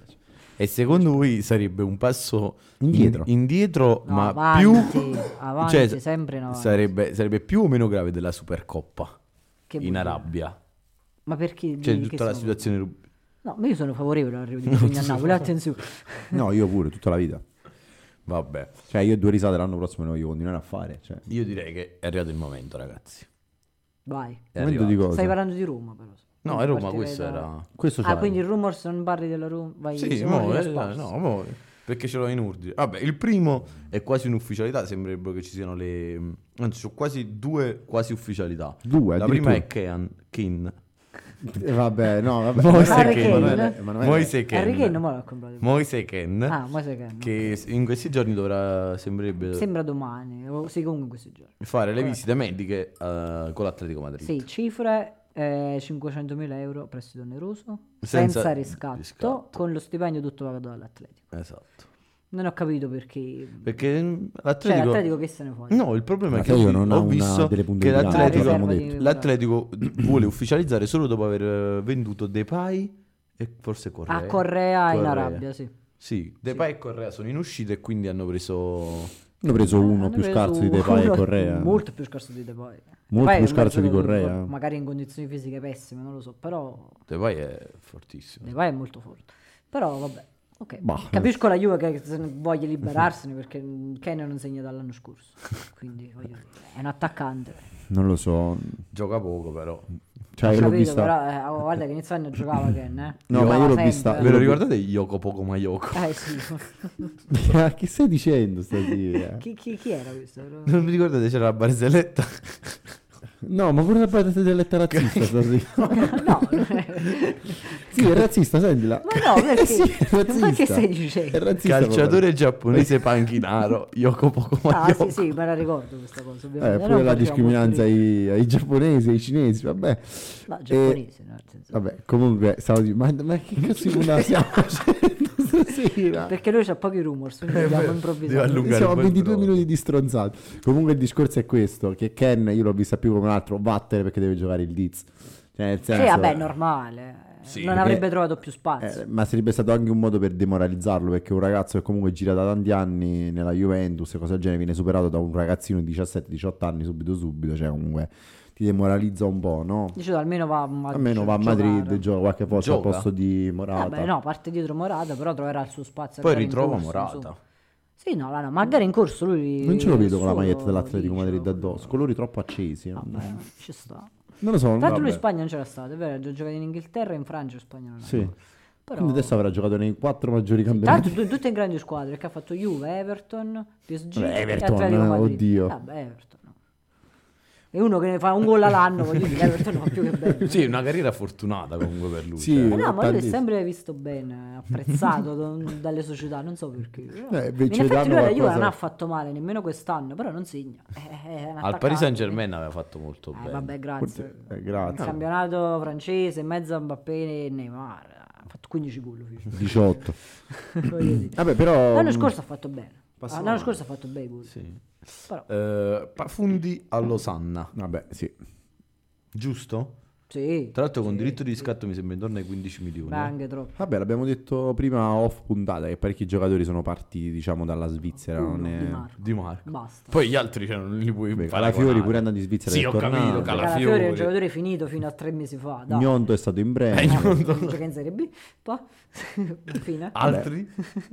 S2: E secondo voi sarebbe un passo
S1: Indietro.
S2: in- indietro,
S3: No,
S2: ma
S3: avanti,
S2: più
S3: avanti,
S2: sa-
S3: sempre in avanti.
S2: Sarebbe, sarebbe più o meno grave della Supercoppa
S3: Che
S2: in
S3: vuol dire?
S2: Arabia.
S3: Ma perché?
S2: Cioè,
S3: di- che
S2: tutta la
S3: sono-
S2: situazione rub-
S3: No, ma io sono favorevole all'arrivo di Mourinho a Napoli, attenzione.
S1: No, io pure, tutta la vita.
S2: Vabbè,
S1: Cioè, io due risate l'anno prossimo ne voglio continuare a fare. Cioè,
S2: io direi che è arrivato il momento, ragazzi.
S3: Vai.
S2: È
S1: momento di
S2: arrivato.
S1: cosa?
S3: Stai parlando di Roma però.
S2: No,
S3: Quindi
S2: è Roma,
S3: partirei
S2: questo
S3: da-
S2: era.
S1: Questo
S3: Ah,
S1: c'è.
S3: quindi il rumor se non parli della Roma, vai
S2: Sì,
S3: se
S2: mo,
S3: no,
S2: eh,
S3: sparsi.
S2: no, mo, perché ce l'ho in ordine. Vabbè, il primo è quasi un'ufficialità, sembrerebbe che ci siano le... Anzi, sono quasi due quasi ufficialità.
S1: Due,
S2: La prima è Kean, Kin.
S1: Eh, Vabbè, no, vabbè.
S2: Moise
S1: Emanuele-
S3: Ken.
S1: Emanuele- Emanuele-
S2: Moise Ken.
S3: Harry Kane mo l'ha comprato.
S2: Moise Ken.
S3: Ah, ma sai che no.
S2: Che in questi giorni dovrà, sembrerebbe,
S3: Sembra domani, o sì, comunque in questi giorni.
S2: fare le visite mediche eh, con l'Atletico Madrid.
S3: Sì, cifre eh, 500.000 euro prestito oneroso,
S2: Senza
S3: senza, riscatto,
S2: riscatto.
S3: con lo stipendio tutto pagato dall'Atletico.
S2: Esatto.
S3: Non ho capito perché...
S2: Perché mm,
S3: Cioè,
S2: l'Atletico...
S3: l'Atletico che se ne fa?
S2: No, il problema è che
S1: L'Atletico
S2: io
S1: non ha
S2: ho
S1: una
S2: visto
S1: delle punte
S2: che
S1: di bilancio,
S2: l'Atletico,
S1: l'abbiamo
S3: detto.
S2: l'Atletico vuole ufficializzare solo dopo aver eh, venduto Depay e forse Correa.
S3: A Ah, Correa in
S2: eh, Correa.
S3: Arabia, sì.
S2: Sì, Depay e Correa sono in uscita e quindi hanno preso...
S1: Hanno preso uno
S3: Hanno
S1: più
S3: preso
S1: scarso di Depay e
S3: uno
S1: Correa.
S3: Molto più scarso di Depay.
S1: Molto
S3: Depay è
S1: più
S3: un
S1: scarso di
S3: giocatore
S1: Correa.
S3: for- Magari in condizioni fisiche pessime, non lo so, però
S2: Depay è fortissimo.
S3: Depay è molto forte. Però vabbè, ok.
S1: Bah. eh.
S3: Capisco la Juve che se ne voglia liberarsene perché Kane non segna dall'anno scorso. Quindi voglio dire, è un attaccante.
S1: Non lo so.
S2: Gioca poco però.
S1: Cioè,
S3: Ho
S1: io l'ho
S3: capito,
S1: vista.
S3: però eh, oh, guarda che inizio anno giocava Kane, eh.
S1: No, ma io l'ho
S3: Giocava
S1: vista-
S2: Ve
S3: sempre.
S2: lo ricordate Yoko Poco Mayoko?
S3: Eh sì.
S1: Ma che stai dicendo stasera?
S3: chi, chi- chi era questo? Era-
S2: Non vi ricordate c'era la barzelletta?
S1: No, ma pure la parte del letterazzista stasera.
S3: No, non è-
S1: Sì, è razzista, sentila.
S3: Ma no, perché?
S1: Sì, è
S3: Ma che
S1: razzista.
S3: stai dicendo?
S1: È razzista,
S2: Calciatore giapponese panchinaro Yoko Poco
S3: Ah
S2: Mayoko.
S3: sì sì, me la ricordo questa cosa.
S1: Eh,
S3: ovviamente.
S1: pure
S3: Non
S1: la
S3: facciamo
S1: discriminanza
S3: molto
S1: ai, ai giapponesi, ai cinesi, vabbè.
S3: ridere. No, giapponese, no, nel senso-
S1: Vabbè, comunque, stavo di- ma, ma che cazzo di una stiamo facendo stasera?
S3: Perché noi c'ha pochi rumors,
S2: Eh,
S3: quindi dobbiamo improvvisare.
S2: Devo allungare
S1: Siamo a
S2: un po' il
S1: 22
S2: brodo.
S1: minuti di stronzate. Comunque il discorso è questo, che Ken io l'ho vista più come un altro battere perché deve giocare il Diz. Cioè, nel
S3: Sì,
S1: senso,
S3: vabbè, è normale.
S2: Sì,
S3: non
S1: perché-
S3: avrebbe trovato più spazio.
S1: eh, ma sarebbe stato anche un modo per demoralizzarlo perché un ragazzo che comunque gira da tanti anni nella Juventus e cosa del genere viene superato da un ragazzino di 17-18 anni subito subito, cioè comunque ti demoralizza un po', no?
S3: Dicevo, almeno va a Madrid.
S1: Almeno va a Madrid, gioca qualche volta
S2: Gioca?
S1: al posto di Morata.
S3: Vabbè, no, parte dietro Morata, però troverà il suo spazio.
S2: Poi
S3: magari in
S2: ritrova
S3: corso,
S2: Morata.
S3: insomma. Sì, no, no, no, ma magari in corso lui...
S1: Non ce lo vedo con la
S3: solo
S1: maglietta dell'Atletico
S3: dice-
S1: Madrid addosso, colori troppo accesi. non-
S3: Vabbè, ci sta.
S1: Non lo so.
S3: Tra l'altro
S1: vabbè.
S3: lui in Spagna non c'era stato, è vero, ha già giocato in Inghilterra, in Francia, in Spagna non è
S1: Sì.
S3: andato. Però...
S1: Quindi adesso avrà giocato nei quattro maggiori
S3: Tra l'altro
S1: campionati.
S3: tu- tutte in grandi squadre, perché ha fatto Juve, Everton, PSG
S1: Vabbè, Everton,
S3: e Atletico
S1: eh,
S3: Madrid.
S1: oddio.
S3: Vabbè, Everton. no. È uno che ne fa un gol all'anno, voglio dire, Everton va più che bene.
S2: Sì, una carriera fortunata comunque per lui.
S1: Sì.
S2: cioè.
S3: Eh no, ma lui è
S1: tantissimo.
S3: sempre visto bene, apprezzato da- dalle società, non so perché.
S1: Eh,
S3: in
S1: beh, ci
S3: effetti lui
S1: danno
S3: alla Juve
S1: qualcosa.
S3: non ha fatto male nemmeno quest'anno, però non segna. Eh, è un
S2: Al Paris
S3: attaccante.
S2: Saint Germain aveva fatto molto bene.
S3: Eh, vabbè, grazie.
S1: Forse- eh,
S3: Il
S1: grazie.
S3: campionato francese, in mezzo a Mbappé e Neymar, ha fatto 15 gol. fece.
S1: 18.
S3: Voglio dire.
S1: Vabbè, però. mm,
S3: L'anno
S1: mh,
S3: scorso ha fatto bene.
S1: Passiamo
S3: L'anno
S1: avanti.
S3: scorso ha fatto bei gol.
S2: Sì.
S3: Però-
S2: Eh, Pafundi a Losanna,
S1: Vabbè, sì.
S2: giusto?
S3: Sì.
S2: Tra l'altro con diritto di riscatto mi sembra intorno ai 15
S1: eh.
S2: milioni. eh.
S3: Ma anche troppo.
S1: Vabbè, l'abbiamo detto prima off puntata che parecchi giocatori sono partiti, diciamo, dalla Svizzera.
S3: Uno
S1: non è-
S3: di Marco.
S2: Di Marco.
S3: Basta.
S2: Poi gli altri cioè, non li puoi
S1: Beh,
S2: paragonare.
S1: Calafiori pure andando in Svizzera
S2: Sì,
S1: è
S2: ho
S1: tornato.
S2: capito,
S3: Calafiori, è
S1: eh.
S3: un
S2: Calafiori.
S3: giocatore finito fino a tre mesi fa. Dai.
S1: Gnonto è stato in
S2: Eh,
S1: breve.
S2: Gnonto.
S3: Eh, Gioca in Serie B. Poi. Fine.
S1: Ah,
S2: Altri?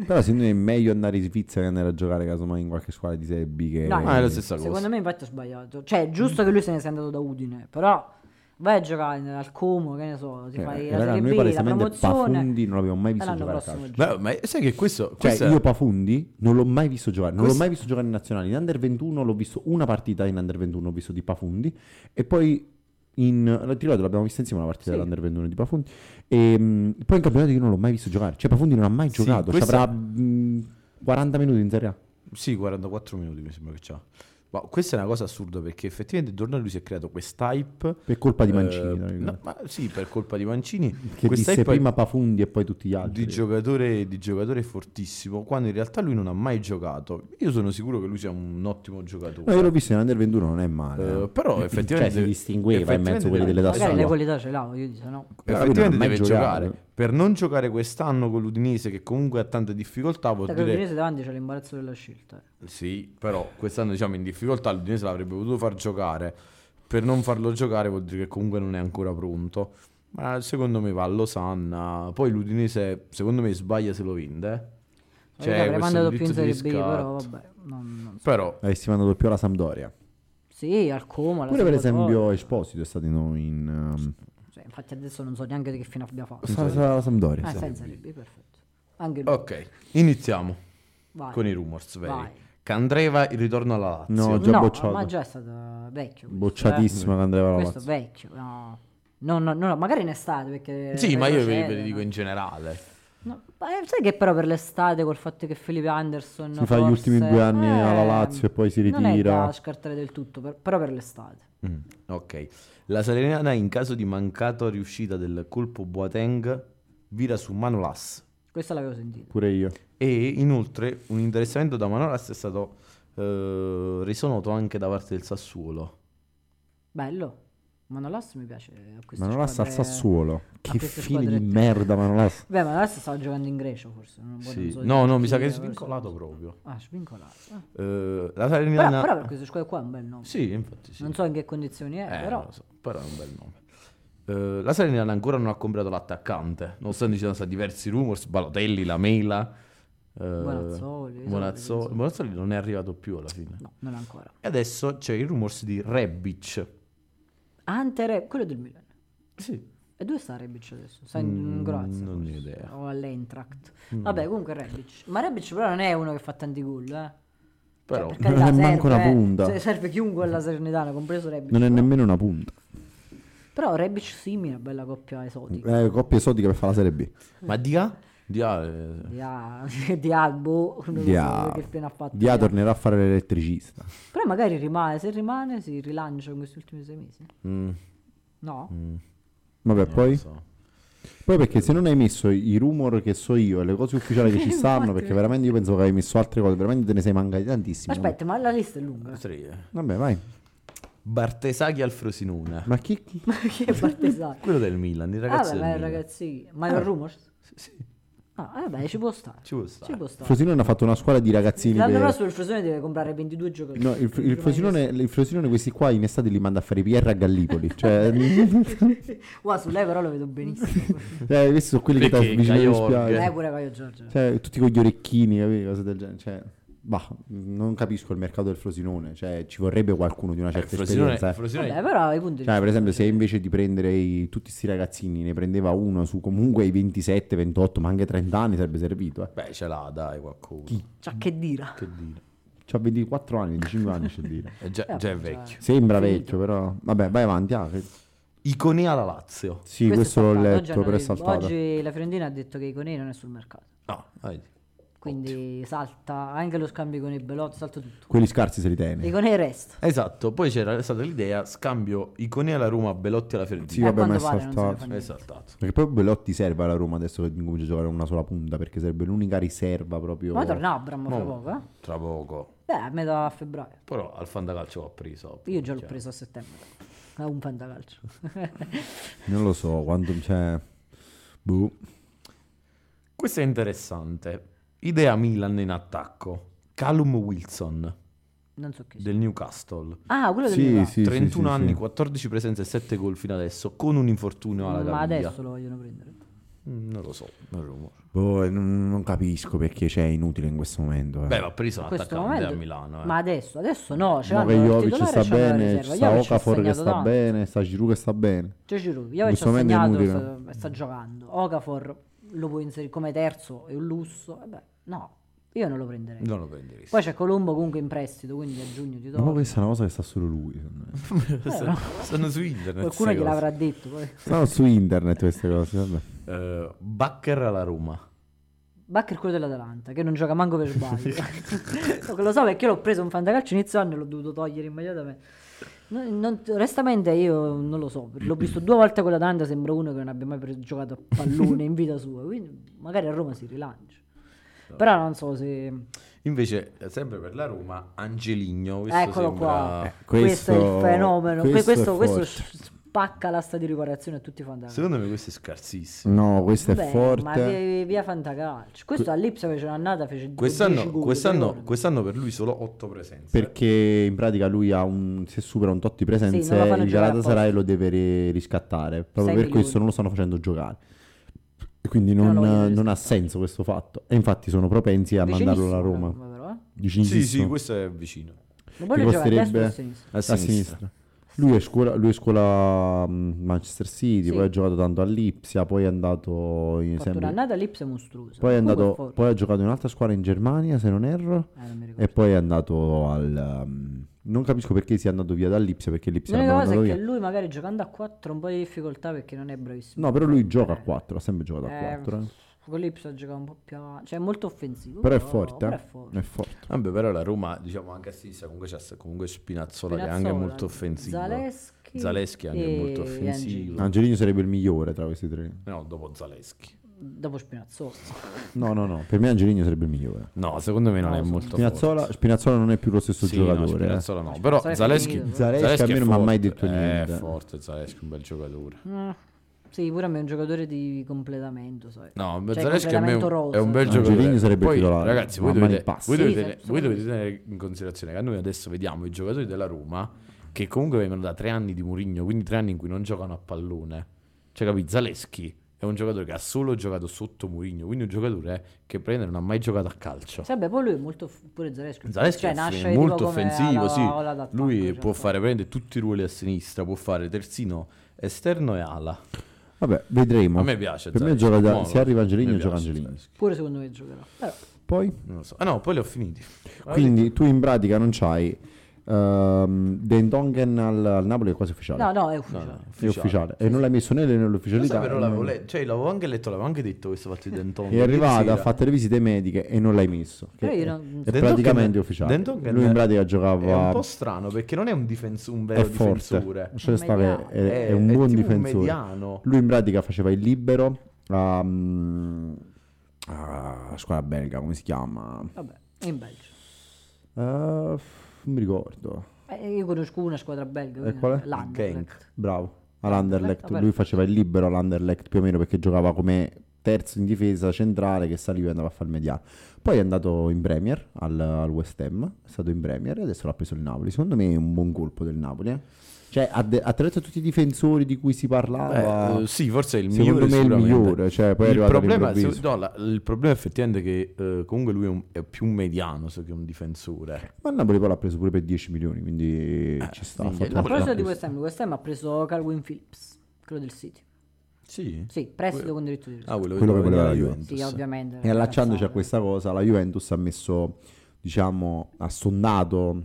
S1: però secondo me è meglio andare in Svizzera che andare a giocare casomai in qualche squadra di Serie B che...
S3: No,
S2: Ah, è la stessa cosa.
S3: Secondo me infatti ho sbagliato. Cioè, è giusto che lui se ne sia andato da Udine, però vai a giocare al Como, che ne so, ti
S1: Eh,
S3: fai la
S1: raga,
S3: Serie
S1: noi
S3: B, la
S1: palesemente
S3: promozione.
S1: Pafundi non l'abbiamo mai
S3: e
S1: visto
S3: L'anno
S1: giocare a
S3: prossimo
S1: calcio.
S3: giochi.
S2: Ma, ma sai che questo...
S1: Cioè,
S2: questa-
S1: io Pafundi non l'ho mai visto giocare, non
S2: Questo-
S1: l'ho mai visto giocare in nazionale. In Under 21 l'ho visto una partita in Under 21, ho visto di Pafundi e poi in, la- ti ricordo, l'abbiamo vista insieme alla partita
S3: Sì.
S1: dell'Under 21 di Profundi. E, mh, poi in campionato io non l'ho mai visto giocare. Cioè, Profundi non ha mai
S2: Sì,
S1: giocato. Ci
S2: questa-
S1: avrà mh, 40 minuti in Serie A.
S2: Sì, 44 minuti mi sembra che c'ha. Ma questa è una cosa assurda perché effettivamente intorno a lui si è creato quest'hype.
S1: Per colpa di
S2: eh,
S1: Mancini. tra
S2: no,
S1: virgolette,
S2: ma sì, per colpa di Mancini.
S1: che
S2: questa
S1: disse
S2: hype
S1: prima Pafundi e poi tutti gli altri.
S2: di giocatore, di giocatore fortissimo, quando in realtà lui non ha mai giocato. Io sono sicuro che lui sia un ottimo
S1: No, io
S2: giocatore.
S1: l'ho visto nell'Under 21, non è male.
S2: Eh,
S1: eh.
S2: però effettivamente
S1: Cioè, si distingueva in mezzo a quelli dell'età
S3: Magari le
S1: sua.
S3: qualità ce l'ha, io dico no.
S1: Però
S2: Effettivamente
S1: lui non ha mai
S2: deve giocare.
S1: giocato.
S2: Per non giocare quest'anno con l'Udinese, che comunque ha tante difficoltà, vuol
S3: Perché
S2: dire
S3: l'Udinese davanti c'è l'imbarazzo della scelta. eh.
S2: Sì, però quest'anno diciamo in difficoltà l'Udinese l'avrebbe potuto far giocare. Per non farlo giocare vuol dire che comunque non è ancora pronto. Ma secondo me va a Losanna. Poi l'Udinese, secondo me, sbaglia se lo vinde. eh.
S3: Magari avrei
S2: questo
S3: mandato più in Serie
S2: diritto di
S3: B, però
S2: riscatto.
S3: vabbè. non- non-
S2: Però,
S1: Avessi mandato più alla Sampdoria.
S3: Sì, al Como. alla
S1: Pure per
S3: Sampdoria.
S1: esempio Esposito è stato in... in um,
S3: Cioè, infatti adesso non so neanche di che fine abbia fatto.
S1: sta- sta alla Sampdoria.
S3: Ah,
S1: sì.
S3: sta in Serie B, perfetto. Anche lui.
S2: ok, iniziamo
S3: Vai.
S2: Oh, con i rumors veri.
S3: Vai.
S2: Candreva il ritorno alla Lazio.
S1: No, già
S3: no,
S1: bocciato.
S3: ma già è stato vecchio. questo,
S1: Bocciatissima che andava
S3: eh.
S1: la
S3: Questo è vecchio, no. No, no, no, no, magari in estate perché...
S2: sì, ma io ve
S3: retrocede,
S2: ve li dico
S3: no.
S2: in generale.
S3: No, ma, eh, sai che però per l'estate col fatto che Felipe Anderson...
S1: Si fa gli ultimi due anni
S3: eh,
S1: alla Lazio e poi si
S3: Non è
S1: ritira.
S3: da scartare del tutto, per- però per l'estate.
S2: Mm, ok. La Salernitana in caso di mancata riuscita del colpo Boateng vira su Manolas.
S3: Questa l'avevo sentita.
S1: Pure io.
S2: E inoltre un interessamento da Manolas è stato eh, reso noto anche da parte del Sassuolo.
S3: Bello. Manolas mi piace a queste
S1: Manolas al
S3: squadre-
S1: Sassuolo. Che
S3: queste
S1: fine di
S3: squadrette.
S1: merda Manolas.
S3: Beh, Manolas stava giocando in Grecia forse. non- non
S2: Sì.
S3: so
S2: No, no, mi sa
S3: chi
S2: che è
S3: era, però-
S2: svincolato proprio.
S3: Ah, svincolato. Ah.
S2: Eh, la
S3: Però,
S2: Salernitana...
S3: però per queste squadre qua è un bel nome.
S2: Sì, infatti sì.
S3: Non so in che condizioni è,
S2: Eh,
S3: però...
S2: lo so, però è un bel nome. Eh, la Salernitana ancora non ha comprato l'attaccante, nonostante ci siano stati diversi rumors, Balotelli, la Mela. eh,
S3: Bonazzoli,
S2: Bonazzo-
S3: esatto.
S2: Bonazzoli non è arrivato più alla fine.
S3: No, non ancora.
S2: E adesso c'è il rumors di Rebic.
S3: Antere, quello del Milan.
S2: Sì.
S3: E dove sta Rebic adesso? Sta in
S2: Mm,
S3: Croazia?
S2: non ne ho
S3: forse?
S2: idea.
S3: O all'Eintracht.
S1: Mm.
S3: Vabbè, comunque Rebic. Ma Rebic però non è uno che fa tanti gol, eh.
S2: Però
S3: Cioè, per carità,
S1: Non è manco
S3: serve,
S1: una
S3: eh.
S1: punta.
S3: Se- serve chiunque alla Serenitana, compreso Rebic.
S1: Non è
S3: però.
S1: nemmeno una punta.
S3: Però Rebic simile, bella coppia esotica.
S1: Eh, coppia esotica per fare la Serie B.
S2: ma Dia? Dia eh,
S3: Di A, di A, boh, non lo so
S1: Dia,
S3: che fine ha fatto.
S1: Dia
S3: Di A.
S1: tornerà a fare l'elettricista.
S3: Però magari rimane, se rimane si rilancia in questi ultimi sei mesi.
S2: mm,
S3: No?
S1: Mm, Vabbè,
S2: non
S1: poi?
S2: so.
S1: Poi perché se non hai messo i rumor che so io e le cose ufficiali che ci stanno, perché veramente io penso che hai messo altre cose, veramente te ne sei mancati tantissime.
S3: Aspetta, ma la lista è lunga.
S2: Tre.
S1: Vabbè, vai.
S2: Bartesaghi al Frosinone.
S1: Ma chi...
S3: Ma che parte sa?
S2: Quello del Milan, il
S3: Ah,
S2: ragazzo
S3: beh,
S2: del
S3: ma
S1: mm.
S2: Milan.
S3: ragazzi, ma
S1: Eh.
S3: è un rumors?
S2: Sì,
S3: Ah, vabbè, ci può stare.
S2: ci può stare.
S3: Ci può stare.
S1: Frosinone ha fatto una scuola di ragazzini
S3: L'anno
S1: per-
S3: prossimo il Frosinone deve comprare 22 giocatori.
S1: No, il, fr- il
S3: Prima
S1: Frosinone, il Frosinone questi qua in estate li manda a fare i PR a Gallipoli. Cioè,
S3: di- Guarda, su lei però lo vedo benissimo.
S1: eh, questi sono quelli che
S2: Perché
S1: ti vicino alle
S2: Caio Orghe.
S1: spiagge.
S3: lei pure Caio Giorgio.
S1: Cioè, tutti con gli orecchini, capì? cose del genere. Cioè, bah, non capisco il mercato del Frosinone. Cioè, ci vorrebbe qualcuno di una
S2: Eh,
S1: certa
S2: Frosinone,
S1: esperienza. eh.
S2: Frosinone-
S3: Vabbè, però i punti di
S1: Cioè, per esempio, se invece di prendere i- tutti questi ragazzini ne prendeva uno su comunque i 27, 28, ma anche 30 anni sarebbe servito. Eh.
S2: Beh, ce l'ha, dai, qualcuno.
S3: Cioè, che dira.
S2: Che dire.
S1: C'ha 24 anni, 25 anni, c'è dire.
S2: È già,
S3: Eh,
S2: già è
S3: vabbè,
S2: vecchio.
S1: Sembra
S3: Finito.
S1: vecchio, però. Vabbè, vai avanti. ah, che-
S2: Iconea alla Lazio.
S1: Sì, questo,
S3: è
S1: l'ho
S3: saltato, oggi
S1: letto,
S3: hanno
S1: però è
S3: detto-
S1: saltato.
S3: Oggi la Fiorentina ha detto che Iconei non è sul mercato.
S2: No, vai.
S3: Quindi salta anche lo scambio con i Belotti, salta tutto.
S1: Quelli scarsi se li tiene.
S3: Iconei resta.
S2: Esatto, poi c'era stata l'idea, scambio Iconea alla Roma, Belotti alla
S1: Sì,
S2: Fiorentina.
S3: Eh,
S1: vabbè, ma è
S3: quanto vale? Non
S1: saltato.
S3: se ne fa
S2: È
S3: niente.
S2: saltato.
S1: Perché poi Belotti serve alla Roma adesso che comincia a giocare una sola punta, perché sarebbe l'unica riserva proprio.
S3: Ma torna Abram fra
S2: Mo-
S3: poco, eh?
S2: Tra poco.
S3: Beh, a metà febbraio.
S2: Però al fantacalcio l'ho preso.
S3: Io già l'ho
S2: Cioè,
S3: preso a settembre. Da un fantacalcio.
S1: Non lo so, quando c'è... Boh.
S2: Questo è interessante. Idea Milan in attacco. Calum Wilson
S3: non so che.
S2: del Newcastle.
S3: Ah, quello del
S1: Sì,
S3: Milan.
S1: sì,
S2: 31
S1: sì, sì,
S2: anni,
S1: sì.
S2: 14 presenze e 7 gol fino adesso. Con un infortunio alla
S3: Mm, Ma
S2: caviglia.
S3: adesso lo vogliono prendere.
S2: Mm, Non lo so. non rumore.
S1: Boh, non, non capisco perché c'è inutile in questo momento. eh.
S2: Beh, va preso
S3: In
S2: un
S3: questo
S2: attaccante
S3: momento.
S2: a Milano. eh.
S3: Ma adesso, adesso no. Cioè,
S1: Mo che Jovic sta bene, sta Okafor che sta
S3: bene.
S1: bene, sta Giroud che sta bene.
S3: Cioè, Giroud,
S1: In
S3: Jovic
S1: questo
S3: ha
S1: momento è
S3: segnato
S1: inutile.
S3: sta, sta giocando. Okafor lo puoi inserire come terzo, è un lusso. Eh beh, no, Io non lo prenderei.
S2: Non lo prenderesti.
S3: Poi c'è Colombo comunque in prestito, quindi a giugno ti do.
S1: Ma questa è una cosa che sta solo lui. secondo me.
S2: sono, sono su internet.
S3: Eh, Qualcuno
S2: queste cose.
S3: gliel'avrà detto poi.
S1: Stanno su internet queste cose. Vabbè.
S2: Eh, Bakker alla Roma.
S3: Bacca è quello dell'Atalanta, che non gioca manco per sbaglio. No, che lo so perché io l'ho preso un fantacalcio inizio anno e l'ho dovuto togliere immediatamente. No, non- onestamente io non lo so, l'ho visto due volte con l'Atalanta, sembra uno che non abbia mai preso- giocato a pallone in vita sua, quindi magari a Roma si rilancia. Però non so se...
S2: Invece, eh, sempre per la Roma, Angeligno. Questo
S3: Eccolo
S2: sembra...
S3: qua.
S1: Eh,
S3: Questo, è il fenomeno, Que-
S1: questo è
S3: questo, questo
S1: forte.
S3: s- spacca l'asta di riparazione a tutti i fantacalci.
S2: Secondo me questo è scarsissimo.
S1: No, questo
S3: Vabbè,
S1: è forte.
S3: Ma via, via fantacalcio. Questo all'Ipsia fece un'annata, fece
S2: Quest'anno,
S3: 10 Mm. gol,
S2: quest'anno-
S3: ti ricordi?
S2: quest'anno per lui solo 8 presenze.
S1: Perché in pratica lui ha un, se supera un tot di
S3: Sì,
S1: presenze,
S3: non lo fanno
S1: il
S3: giocare
S1: Galatasaray lo deve ri- riscattare. Proprio
S3: Sei
S1: per
S3: milioni.
S1: questo non lo stanno facendo giocare. E Quindi
S3: Però
S1: non,
S3: lo vogliono
S1: non ha
S3: riscattare.
S1: senso questo fatto. E infatti sono propensi a mandarlo alla
S3: Vicinissimo,
S1: Roma.
S3: però, eh.
S2: Sì,
S1: Vicinissimo.
S2: sì, questo è vicino.
S3: Ma poi
S1: Che
S3: lui gioca a destra o a
S1: costerebbe-
S3: sinistra?
S1: a sinistra. Lui è scuola, lui è scuola mh, Manchester City,
S3: Sì.
S1: poi ha giocato tanto all'Ipsia, poi è andato in
S3: Ha fatto
S1: sempre-
S3: un'annata all'Ipsia mostruosa.
S1: poi, è
S3: Comunque
S1: andato,
S3: forte.
S1: poi ha giocato in un'altra squadra in Germania, se non erro.
S3: Eh, non mi ricordo.
S1: E poi è andato al. um, non capisco perché sia andato via dall'Ipsia, perché l'Ipsia l'hanno
S3: L'unica cosa
S1: mandato
S3: è
S1: via.
S3: che lui magari giocando a 4 ha un po' di difficoltà perché non è bravissimo. Eh,
S1: No, però lui gioca a 4, ha sempre giocato a 4.
S3: Con l'Ipsia gioca un po' più avanti. Cioè è molto offensivo.
S1: eh. Però è forte,
S3: Però
S1: eh.
S3: è forte.
S1: È forte.
S2: Vabbè, però la Roma, diciamo anche a sinistra, comunque c'è comunque Spinazzola, che è anche
S3: Spinazzola,
S2: molto offensivo.
S3: Zaleschi
S2: Zaleschi è anche
S3: e
S2: molto offensivo.
S3: Angelini.
S1: Angelino sarebbe il migliore tra questi tre.
S2: No, dopo Zaleschi.
S3: Dopo Spinazzola.
S1: No, no, no. Per me Angelino sarebbe il migliore.
S2: No, secondo me non
S3: No,
S2: è
S3: sono-
S2: molto
S1: Spinazzola,
S2: forte.
S1: Spinazzola non è più lo stesso
S2: Sì, no,
S1: giocatore. eh.
S2: Spinazzola no, però
S3: Zaleschi è
S2: Zaleschi,
S3: finito.
S1: Zaleschi a me
S2: è
S1: non mi ha
S2: forte.
S1: mai detto
S2: È
S1: niente.
S2: forte Zaleschi, un bel giocatore.
S3: Mm. Sì, pure a me è un giocatore di completamento. sai.
S2: No,
S3: Cioè,
S2: Zaleschi a me è un-
S3: completamento
S2: è un bel
S1: rosa.
S2: giocatore.
S1: Angelini Ah, sarebbe
S2: Poi,
S1: titolare,
S2: Ragazzi,
S1: ma
S2: voi
S1: mani
S2: dovete,
S1: in pasta.
S2: voi,
S3: Sì,
S2: dovete-
S3: senza
S2: voi dovete
S3: dubbio.
S2: tenere in considerazione che noi adesso vediamo i giocatori della Roma che comunque vengono da tre anni di Murigno, quindi tre anni in cui non giocano a pallone. Cioè, capi, Zaleschi è un giocatore che ha solo giocato sotto Murigno, quindi un giocatore che prende non ha mai giocato a calcio.
S3: Sì, vabbè, poi lui è molto off- pure Zaleschi.
S2: Zaleschi
S3: cioè,
S2: è
S3: nasce
S2: offen-
S3: tipo
S2: molto
S3: come
S2: offensivo,
S3: ala-
S2: sì.
S3: ala d'attacco,
S2: Lui
S3: cioè,
S2: può fare prendere tutti i ruoli a sinistra, può fare terzino, esterno e ala.
S1: Vabbè, vedremo.
S2: A me piace.
S1: Per me
S2: Zaleschi.
S1: gioca da-
S2: No,
S1: se arriva Angelini,
S2: mi
S1: gioca
S2: piace
S1: Angelini.
S2: Zaleschi.
S3: Pure secondo me giocherà. Però
S1: Poi?
S2: Non lo so. Ah no, poi li ho finiti.
S1: Quindi tu in pratica non c'hai. ehm Dendongen al, al Napoli è quasi ufficiale.
S3: No, no, è ufficiale.
S2: No, no,
S1: È ufficiale. E non l'hai messo né
S2: Lo
S1: nell'ufficialità.
S2: sai, però
S1: né-
S2: l'avevo letto, cioè l'avevo anche letto, l'avevo anche detto questo fatto di Denton.
S1: è arrivata, ha fatto le visite mediche e non l'hai messo.
S3: Però
S1: Che
S3: Eh, io
S1: è-
S3: non-
S1: è praticamente ufficiale. Lui in pratica
S2: È un
S1: giocava
S2: po' strano perché non è un, difenso- un vero
S1: è forte.
S2: difensore.
S1: Cioè,
S3: Un
S1: sta
S3: mediano.
S1: che è, è un buon
S2: tipo
S1: difensore.
S2: Un mediano.
S1: Lui in pratica faceva il libero a, mm, a squadra belga, come si chiama?
S3: Vabbè, è in Belgio.
S1: Eh, non mi ricordo.
S3: Eh, io conosco una squadra belga.
S1: E qual è?
S3: L'Anderlecht.
S1: Bravo. All'Anderlecht,
S3: vabbè.
S1: lui faceva il libero all'Anderlecht più o meno perché giocava come terzo in difesa centrale che saliva e andava a fare il mediano. Poi è andato in Premier al, al West Ham, è stato in Premier e adesso l'ha preso il Napoli. Secondo me è un buon colpo del Napoli. eh. Cioè, ha de- attraverso tutti i difensori di cui si parlava,
S2: Eh, eh, sì, forse è il
S1: secondo me
S2: migliore.
S1: è il
S2: sicuramente.
S1: migliore. Cioè, poi è
S2: il,
S1: arrivato
S2: problema,
S1: all'improvviso.
S2: se- no, la- il problema effettivamente è che eh, comunque lui è, un- è più un mediano so che un difensore.
S1: Ma il Napoli poi l'ha preso pure per 10 milioni, quindi ci sta. ha fatto
S3: A
S2: quindi Eh, il Napoli
S1: una
S3: proposito di
S1: bella
S3: West Ham, West Ham ha preso Calvin Phillips, quello del City.
S2: Sì.
S3: Sì, prestito con diritto di riserva.
S2: Ah, quello,
S1: Quello che
S2: doveva
S1: voleva
S2: venire
S1: la
S2: alla
S1: Juventus.
S3: Sì, ovviamente.
S1: E allacciandoci a
S3: cazzate.
S1: questa cosa, la Juventus ha messo, diciamo, ha sondato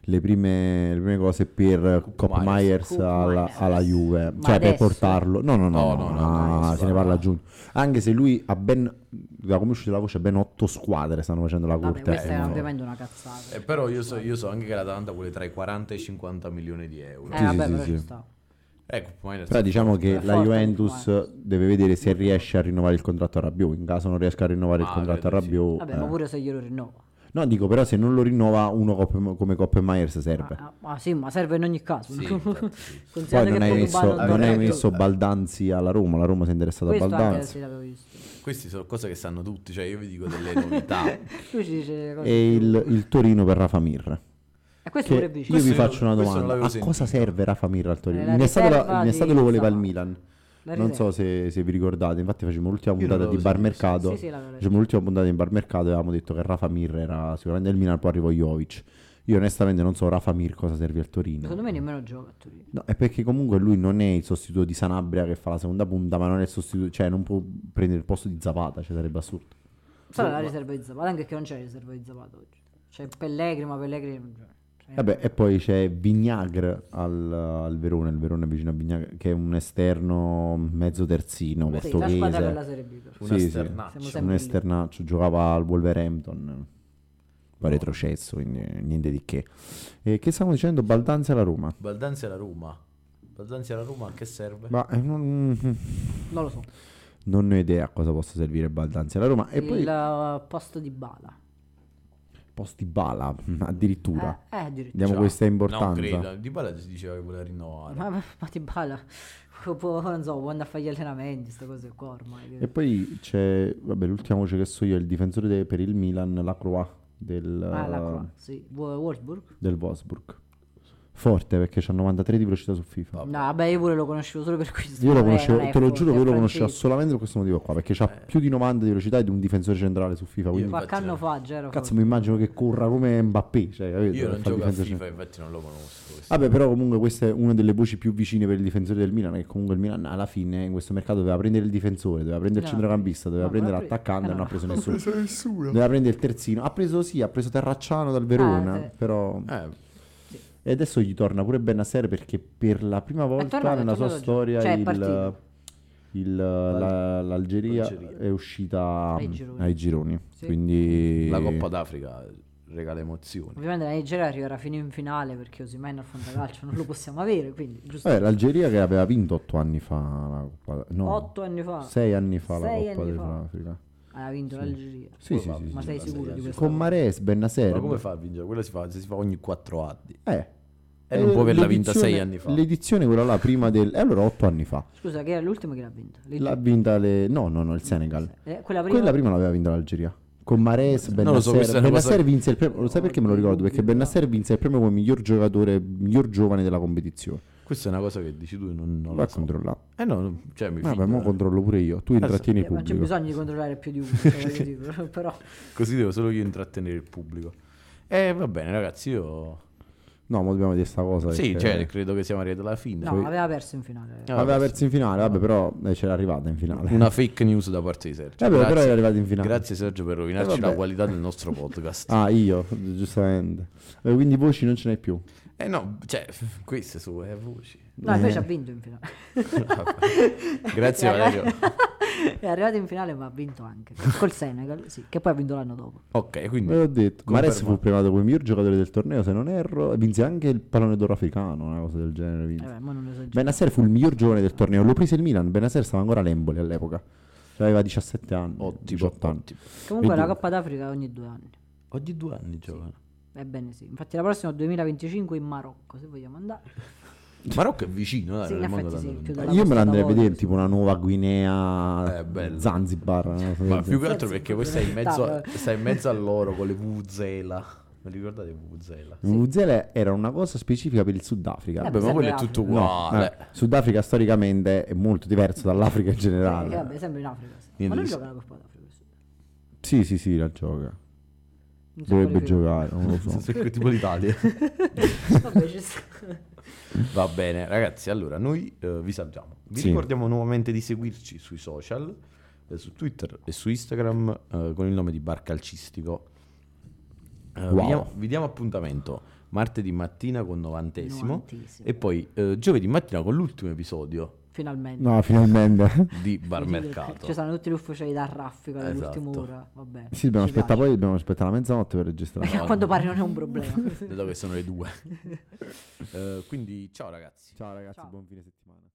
S1: le prime, le prime cose per Cop Myers
S3: Koopmeier.
S1: alla, alla Juve,
S3: Ma
S1: cioè per
S3: adesso? Eh
S1: portarlo. No, no, no,
S2: No,
S1: no,
S2: no, no,
S1: ah,
S2: no, no,
S1: se
S2: si
S1: ne
S2: parla.
S1: parla a giugno. Anche se lui ha ben, da come uscite la voce, ben otto squadre stanno facendo la
S3: Vabbè,
S1: corte.
S3: questa
S1: Eh,
S3: è
S1: no.
S3: ovviamente una cazzata.
S2: Eh, però io so, io so anche che l'Atalanta vuole tra i 40 e i 50 milioni di euro.
S3: Eh,
S1: sì,
S3: vabbè,
S1: sì,
S3: però
S1: sì.
S3: ci sta.
S2: Ecco, poi
S1: Però diciamo che
S3: È
S1: la
S3: forte
S1: Juventus
S3: Koopmeier.
S1: deve vedere se riesce a rinnovare il contratto a Rabiot. In caso non riesca a rinnovare il
S2: Ah,
S1: contratto a
S2: credo sì.
S1: Rabiot,
S3: Vabbè,
S1: eh.
S3: ma pure se glielo rinnova.
S1: no, dico però se non lo rinnova uno Kopp- come Cop Myers serve.
S3: Ah, ah, ah, sì, ma serve in ogni caso.
S2: Sì, infatti, sì.
S1: certo. Poi
S3: Considerate
S1: non
S3: che
S1: hai,
S3: Pogba
S1: messo, non hai
S3: torna.
S1: messo Baldanzi alla Roma, la Roma si è interessata a
S3: Questo anche
S1: Baldanzi.
S3: se l'avevo visto.
S2: Queste sono cose che sanno tutti, cioè io vi dico delle novità.
S3: Lui ci dice cose
S1: E
S3: più-
S1: il, il Torino per Rafa Mir.
S3: E questo
S1: Che
S3: pure è
S1: io
S3: vicino.
S2: Questo
S1: vi
S2: io-
S1: faccio una
S2: questo non
S1: domanda:
S2: l'avevo
S1: a cosa serve Rafa Mir al Torino?
S3: Eh, la
S1: In estate, la-
S3: riserva
S1: in estate
S3: di
S1: lo voleva il
S3: Zaha.
S1: Milan.
S3: La
S1: Non so
S3: riserva.
S1: se, se vi ricordate, infatti facevamo l'ultima
S2: Io non
S1: puntata di
S2: l'avevo
S1: Bar
S2: sentito.
S1: Mercato.
S3: Sì, sì, l'avevo letto.
S1: Facevamo l'ultima puntata di Bar Mercato e avevamo detto che Rafa Mir era sicuramente il Milan, poi arrivò Jovic. Io onestamente non so Rafa Mir cosa serve al Torino.
S3: Secondo me nemmeno gioca a Torino.
S1: No, è perché comunque lui non è il sostituto di Sanabria che fa la seconda punta, ma non è il sostituto, cioè non può prendere il posto di Zapata, cioè sarebbe assurdo.
S3: Solo la riserva di Zapata, anche che non c'è la riserva di Zapata oggi. C'è Pellegrini, ma Pellegrini non Cioè, c'è.
S1: Vabbè, e poi c'è Vignagre al, al Verona, il Verona è vicino a Vignagre, che è un esterno mezzo terzino,
S3: Sì, la squadra per la
S1: portoghese, cioè
S3: Serie B. però.
S2: Una
S1: Sì, sì.
S2: sternaccia.
S3: Siamo
S1: un
S3: sempre lì.
S1: esternaccio, cioè giocava al Wolverhampton, va retrocesso, quindi niente di che. E che stiamo dicendo? Baldanza alla Roma.
S2: Baldanzi alla Roma. Baldanzi alla Roma a che serve?
S1: Ma eh, non,
S3: Non lo so.
S1: non ne ho idea a cosa possa servire Baldanzi alla Roma. E
S3: il
S1: poi
S3: eh, posto di Bala.
S1: posti bala, addirittura.
S3: Eh, eh, addirittura.
S1: Diamo
S2: Cioè,
S1: questa
S2: Non
S1: importanza.
S2: credo. Di Bala si diceva che voleva rinnovare.
S3: Ma, ma, ma ti Bala, può, non so, può andare a fare gli allenamenti, queste cose qua ormai.
S1: E poi c'è, vabbè, l'ultimo voce che so io è il difensore de- per il Milan, la Croix del,
S3: Ah, la qua, sì. Wo- Wolfsburg?
S1: del Wolfsburg. Forte perché c'ha 93 di velocità su FIFA.
S3: No, vabbè, io pure lo conoscevo solo per questo.
S1: Io lo
S3: non è-
S1: conoscevo,
S3: non è
S1: te lo
S3: forte,
S1: giuro che
S3: è
S1: io lo conoscevo
S3: francese.
S1: solamente per questo motivo qua, perché c'ha
S2: Eh.
S1: più di 90 di velocità ed un difensore centrale su FIFA, quindi
S3: Qualche anno fa già era
S1: eh. cazzo
S3: forte.
S1: mi immagino che corra come Mbappé, cioè, capito?
S2: Io non
S1: Fa il
S2: gioco a
S1: difensore
S2: FIFA, infatti non lo conosco. questo.
S1: Vabbè, però comunque questa è una delle voci più vicine per il difensore del Milan, che comunque il Milan alla fine in questo mercato doveva prendere il difensore, doveva prendere il
S3: No.
S1: centrocampista, doveva
S3: No,
S1: prendere
S3: non ha pre-
S1: l'attaccante,
S3: eh,
S1: non
S3: no.
S1: ha preso nessuno. Doveva prendere il terzino. Ha preso sì, ha preso Terracciano dal Verona,
S3: Ah, sì.
S1: però
S2: Eh,
S1: e adesso gli torna pure Benasser perché per la
S3: Eh,
S1: prima volta
S3: tornato, è
S1: nella sua
S3: tornato già.
S1: storia
S3: Cioè, è
S1: il,
S3: partito.
S1: il- la- l'Algeria
S2: L'Algeria.
S1: è uscita
S3: Ai
S1: mm,
S3: gironi.
S1: ai gironi.
S3: Sì.
S1: Quindi
S2: La Coppa d'Africa regala emozioni.
S3: Ovviamente la Nigeria arriverà fino in finale perché Osimhen al fantacalcio non lo possiamo avere, quindi giusto.
S1: Vabbè, Eh, l'Algeria che aveva vinto otto anni fa la Coppa no,
S3: Otto anni fa
S1: sei anni fa
S3: Sei
S1: la Coppa
S3: anni
S1: del
S3: fa.
S1: Africa.
S3: ha vinto l'Algeria.
S1: Sì,
S2: Poi
S1: sì,
S2: va-
S1: sì,
S3: Ma
S1: sì.
S3: sei
S2: la
S3: sicuro
S2: Serie
S3: di
S2: A.
S3: questo?
S1: Con Mares, Bennaser.
S2: Ma come fa a vincere? Quella si fa, si fa ogni 4 anni.
S1: Eh.
S2: E non può averla vinta
S1: l'edizione-
S2: sei anni fa.
S1: L'edizione quella là prima del... E allora otto anni fa.
S3: Scusa, che era l'ultima che l'ha vinta? L'Eg-
S1: L'ha vinta le... No, no, no, il Senegal.
S3: eh, quella prima.
S1: Quella prima l'aveva vinta l'Algeria. Con Mares,
S2: Non lo so,
S1: Benasser.
S2: questa è una cosa-
S1: Benasser vinse il premio. Lo sai perché me lo ricordo? Perché Benasser vinse il premio come miglior giocatore, miglior giovane della competizione.
S2: Questa è una cosa che dici tu, non,
S1: Lo
S2: non la
S1: a
S2: so.
S1: controllato.
S2: Eh no, no, cioè mi
S1: Vabbè,
S2: fido,
S1: mo
S2: eh.
S1: controllo pure io. Tu intrattieni il
S3: Eh, ma c'è
S1: pubblico.
S3: bisogno di controllare più di uno, cioè, voglio dire, però
S2: Così devo solo io intrattenere il pubblico. E va bene ragazzi, io...
S1: No, ma dobbiamo dire sta cosa.
S2: Sì,
S1: perché-
S2: cioè, credo che siamo arrivati alla fine.
S3: no, aveva perso in finale.
S2: Ah,
S1: Aveva
S2: vabbè,
S1: perso in finale, vabbè, però eh, c'era arrivata in finale.
S2: Una fake news da parte di Sergio.
S1: Vabbè, Eh, però è
S2: grazie,
S1: arrivata in finale.
S2: grazie Sergio per rovinarci
S1: Eh, vabbè.
S2: la qualità del nostro podcast.
S1: Ah, io, giustamente. Eh, Quindi voci non ce n'è più.
S2: Eh no, cioè, queste sono eh, voci.
S3: No, invece ha vinto in finale.
S2: Grazie Valerio.
S3: È arrivato in finale ma ha vinto anche col Senegal, sì, che poi ha vinto l'anno dopo.
S2: Ok, quindi...
S1: Ve l'ho detto.
S2: Confermato.
S1: Mares fu premiato come miglior giocatore del torneo, se non erro. e Vinse anche il pallone d'oro africano, una cosa del genere.
S3: Eh,
S1: Vinse.
S3: beh, mo non esagero.
S1: Benasser fu il miglior giovane del torneo. Lo prese il Milan. Benasser stava ancora all'Emboli all'epoca. Cioè aveva 17 anni.
S2: Ottimo,
S1: 18 anni.
S2: ottimo.
S3: Comunque la
S1: Vedi-
S3: Coppa d'Africa ogni due anni.
S2: Ogni due anni giocano.
S3: Ebbene sì, infatti la prossima è 2025 in Marocco, se vogliamo andare.
S2: Marocco è vicino, dai,
S3: Sì,
S2: non
S3: in
S2: è manco
S3: effetti sì,
S2: tanto
S3: più
S2: lontano.
S1: Io
S3: della
S1: me
S3: vostra
S1: l'andrei a
S3: voglia,
S1: vedere
S3: sì.
S1: tipo una nuova Guinea,
S2: Eh, bello.
S1: Zanzibar. una cosa
S2: Ma
S1: del
S2: più che
S1: genere.
S2: altro perché poi stai in mezzo,
S3: Tavolo.
S2: stai in mezzo a loro con le Vuvuzela. Vi ricordate Vuvuzela?
S1: Il Vuvuzela era una cosa specifica per il Sudafrica.
S3: Eh,
S2: Vabbè, ma
S3: sempre
S2: quello è
S3: Africa.
S2: tutto
S1: No,
S2: uguale.
S1: eh, Sudafrica storicamente è molto diverso dall'Africa in
S3: Eh,
S1: generale.
S3: vabbè, sempre in Africa. sì.
S2: Niente
S3: Ma non
S2: di-
S3: gioca la Coppa d'Africa. questo.
S1: Sì, sì, sì, la gioca.
S3: Non so
S1: Dovrebbe
S3: quale figura.
S1: giocare, non lo so.
S2: Sono quel tipo l'Italia.
S3: Vabbè, ci sta.
S2: Va bene, ragazzi. Allora, noi eh, vi salutiamo. Vi
S1: Sì.
S2: ricordiamo nuovamente di seguirci sui social, eh, su Twitter e su Instagram eh, con il nome di Bar Calcistico. Eh, vi,
S1: Wow.
S2: diamo, vi diamo appuntamento martedì mattina con novantesimo,
S3: Novantesimo.
S2: e poi eh, giovedì mattina con l'ultimo episodio
S3: Finalmente.
S1: No, finalmente.
S2: di Bar Mercato.
S3: Ci saranno tutti gli ufficiali da raffica all'ultima
S2: Esatto.
S3: ora. Vabbè.
S1: Sì, dobbiamo
S3: Ci
S1: aspettare
S3: piace.
S1: poi, dobbiamo aspettare la mezzanotte per registrare.
S3: Perché a quanto pare non è un problema.
S2: dato che sono le due. Eh, quindi ciao ragazzi.
S1: Ciao ragazzi,
S3: Ciao.
S1: buon fine settimana.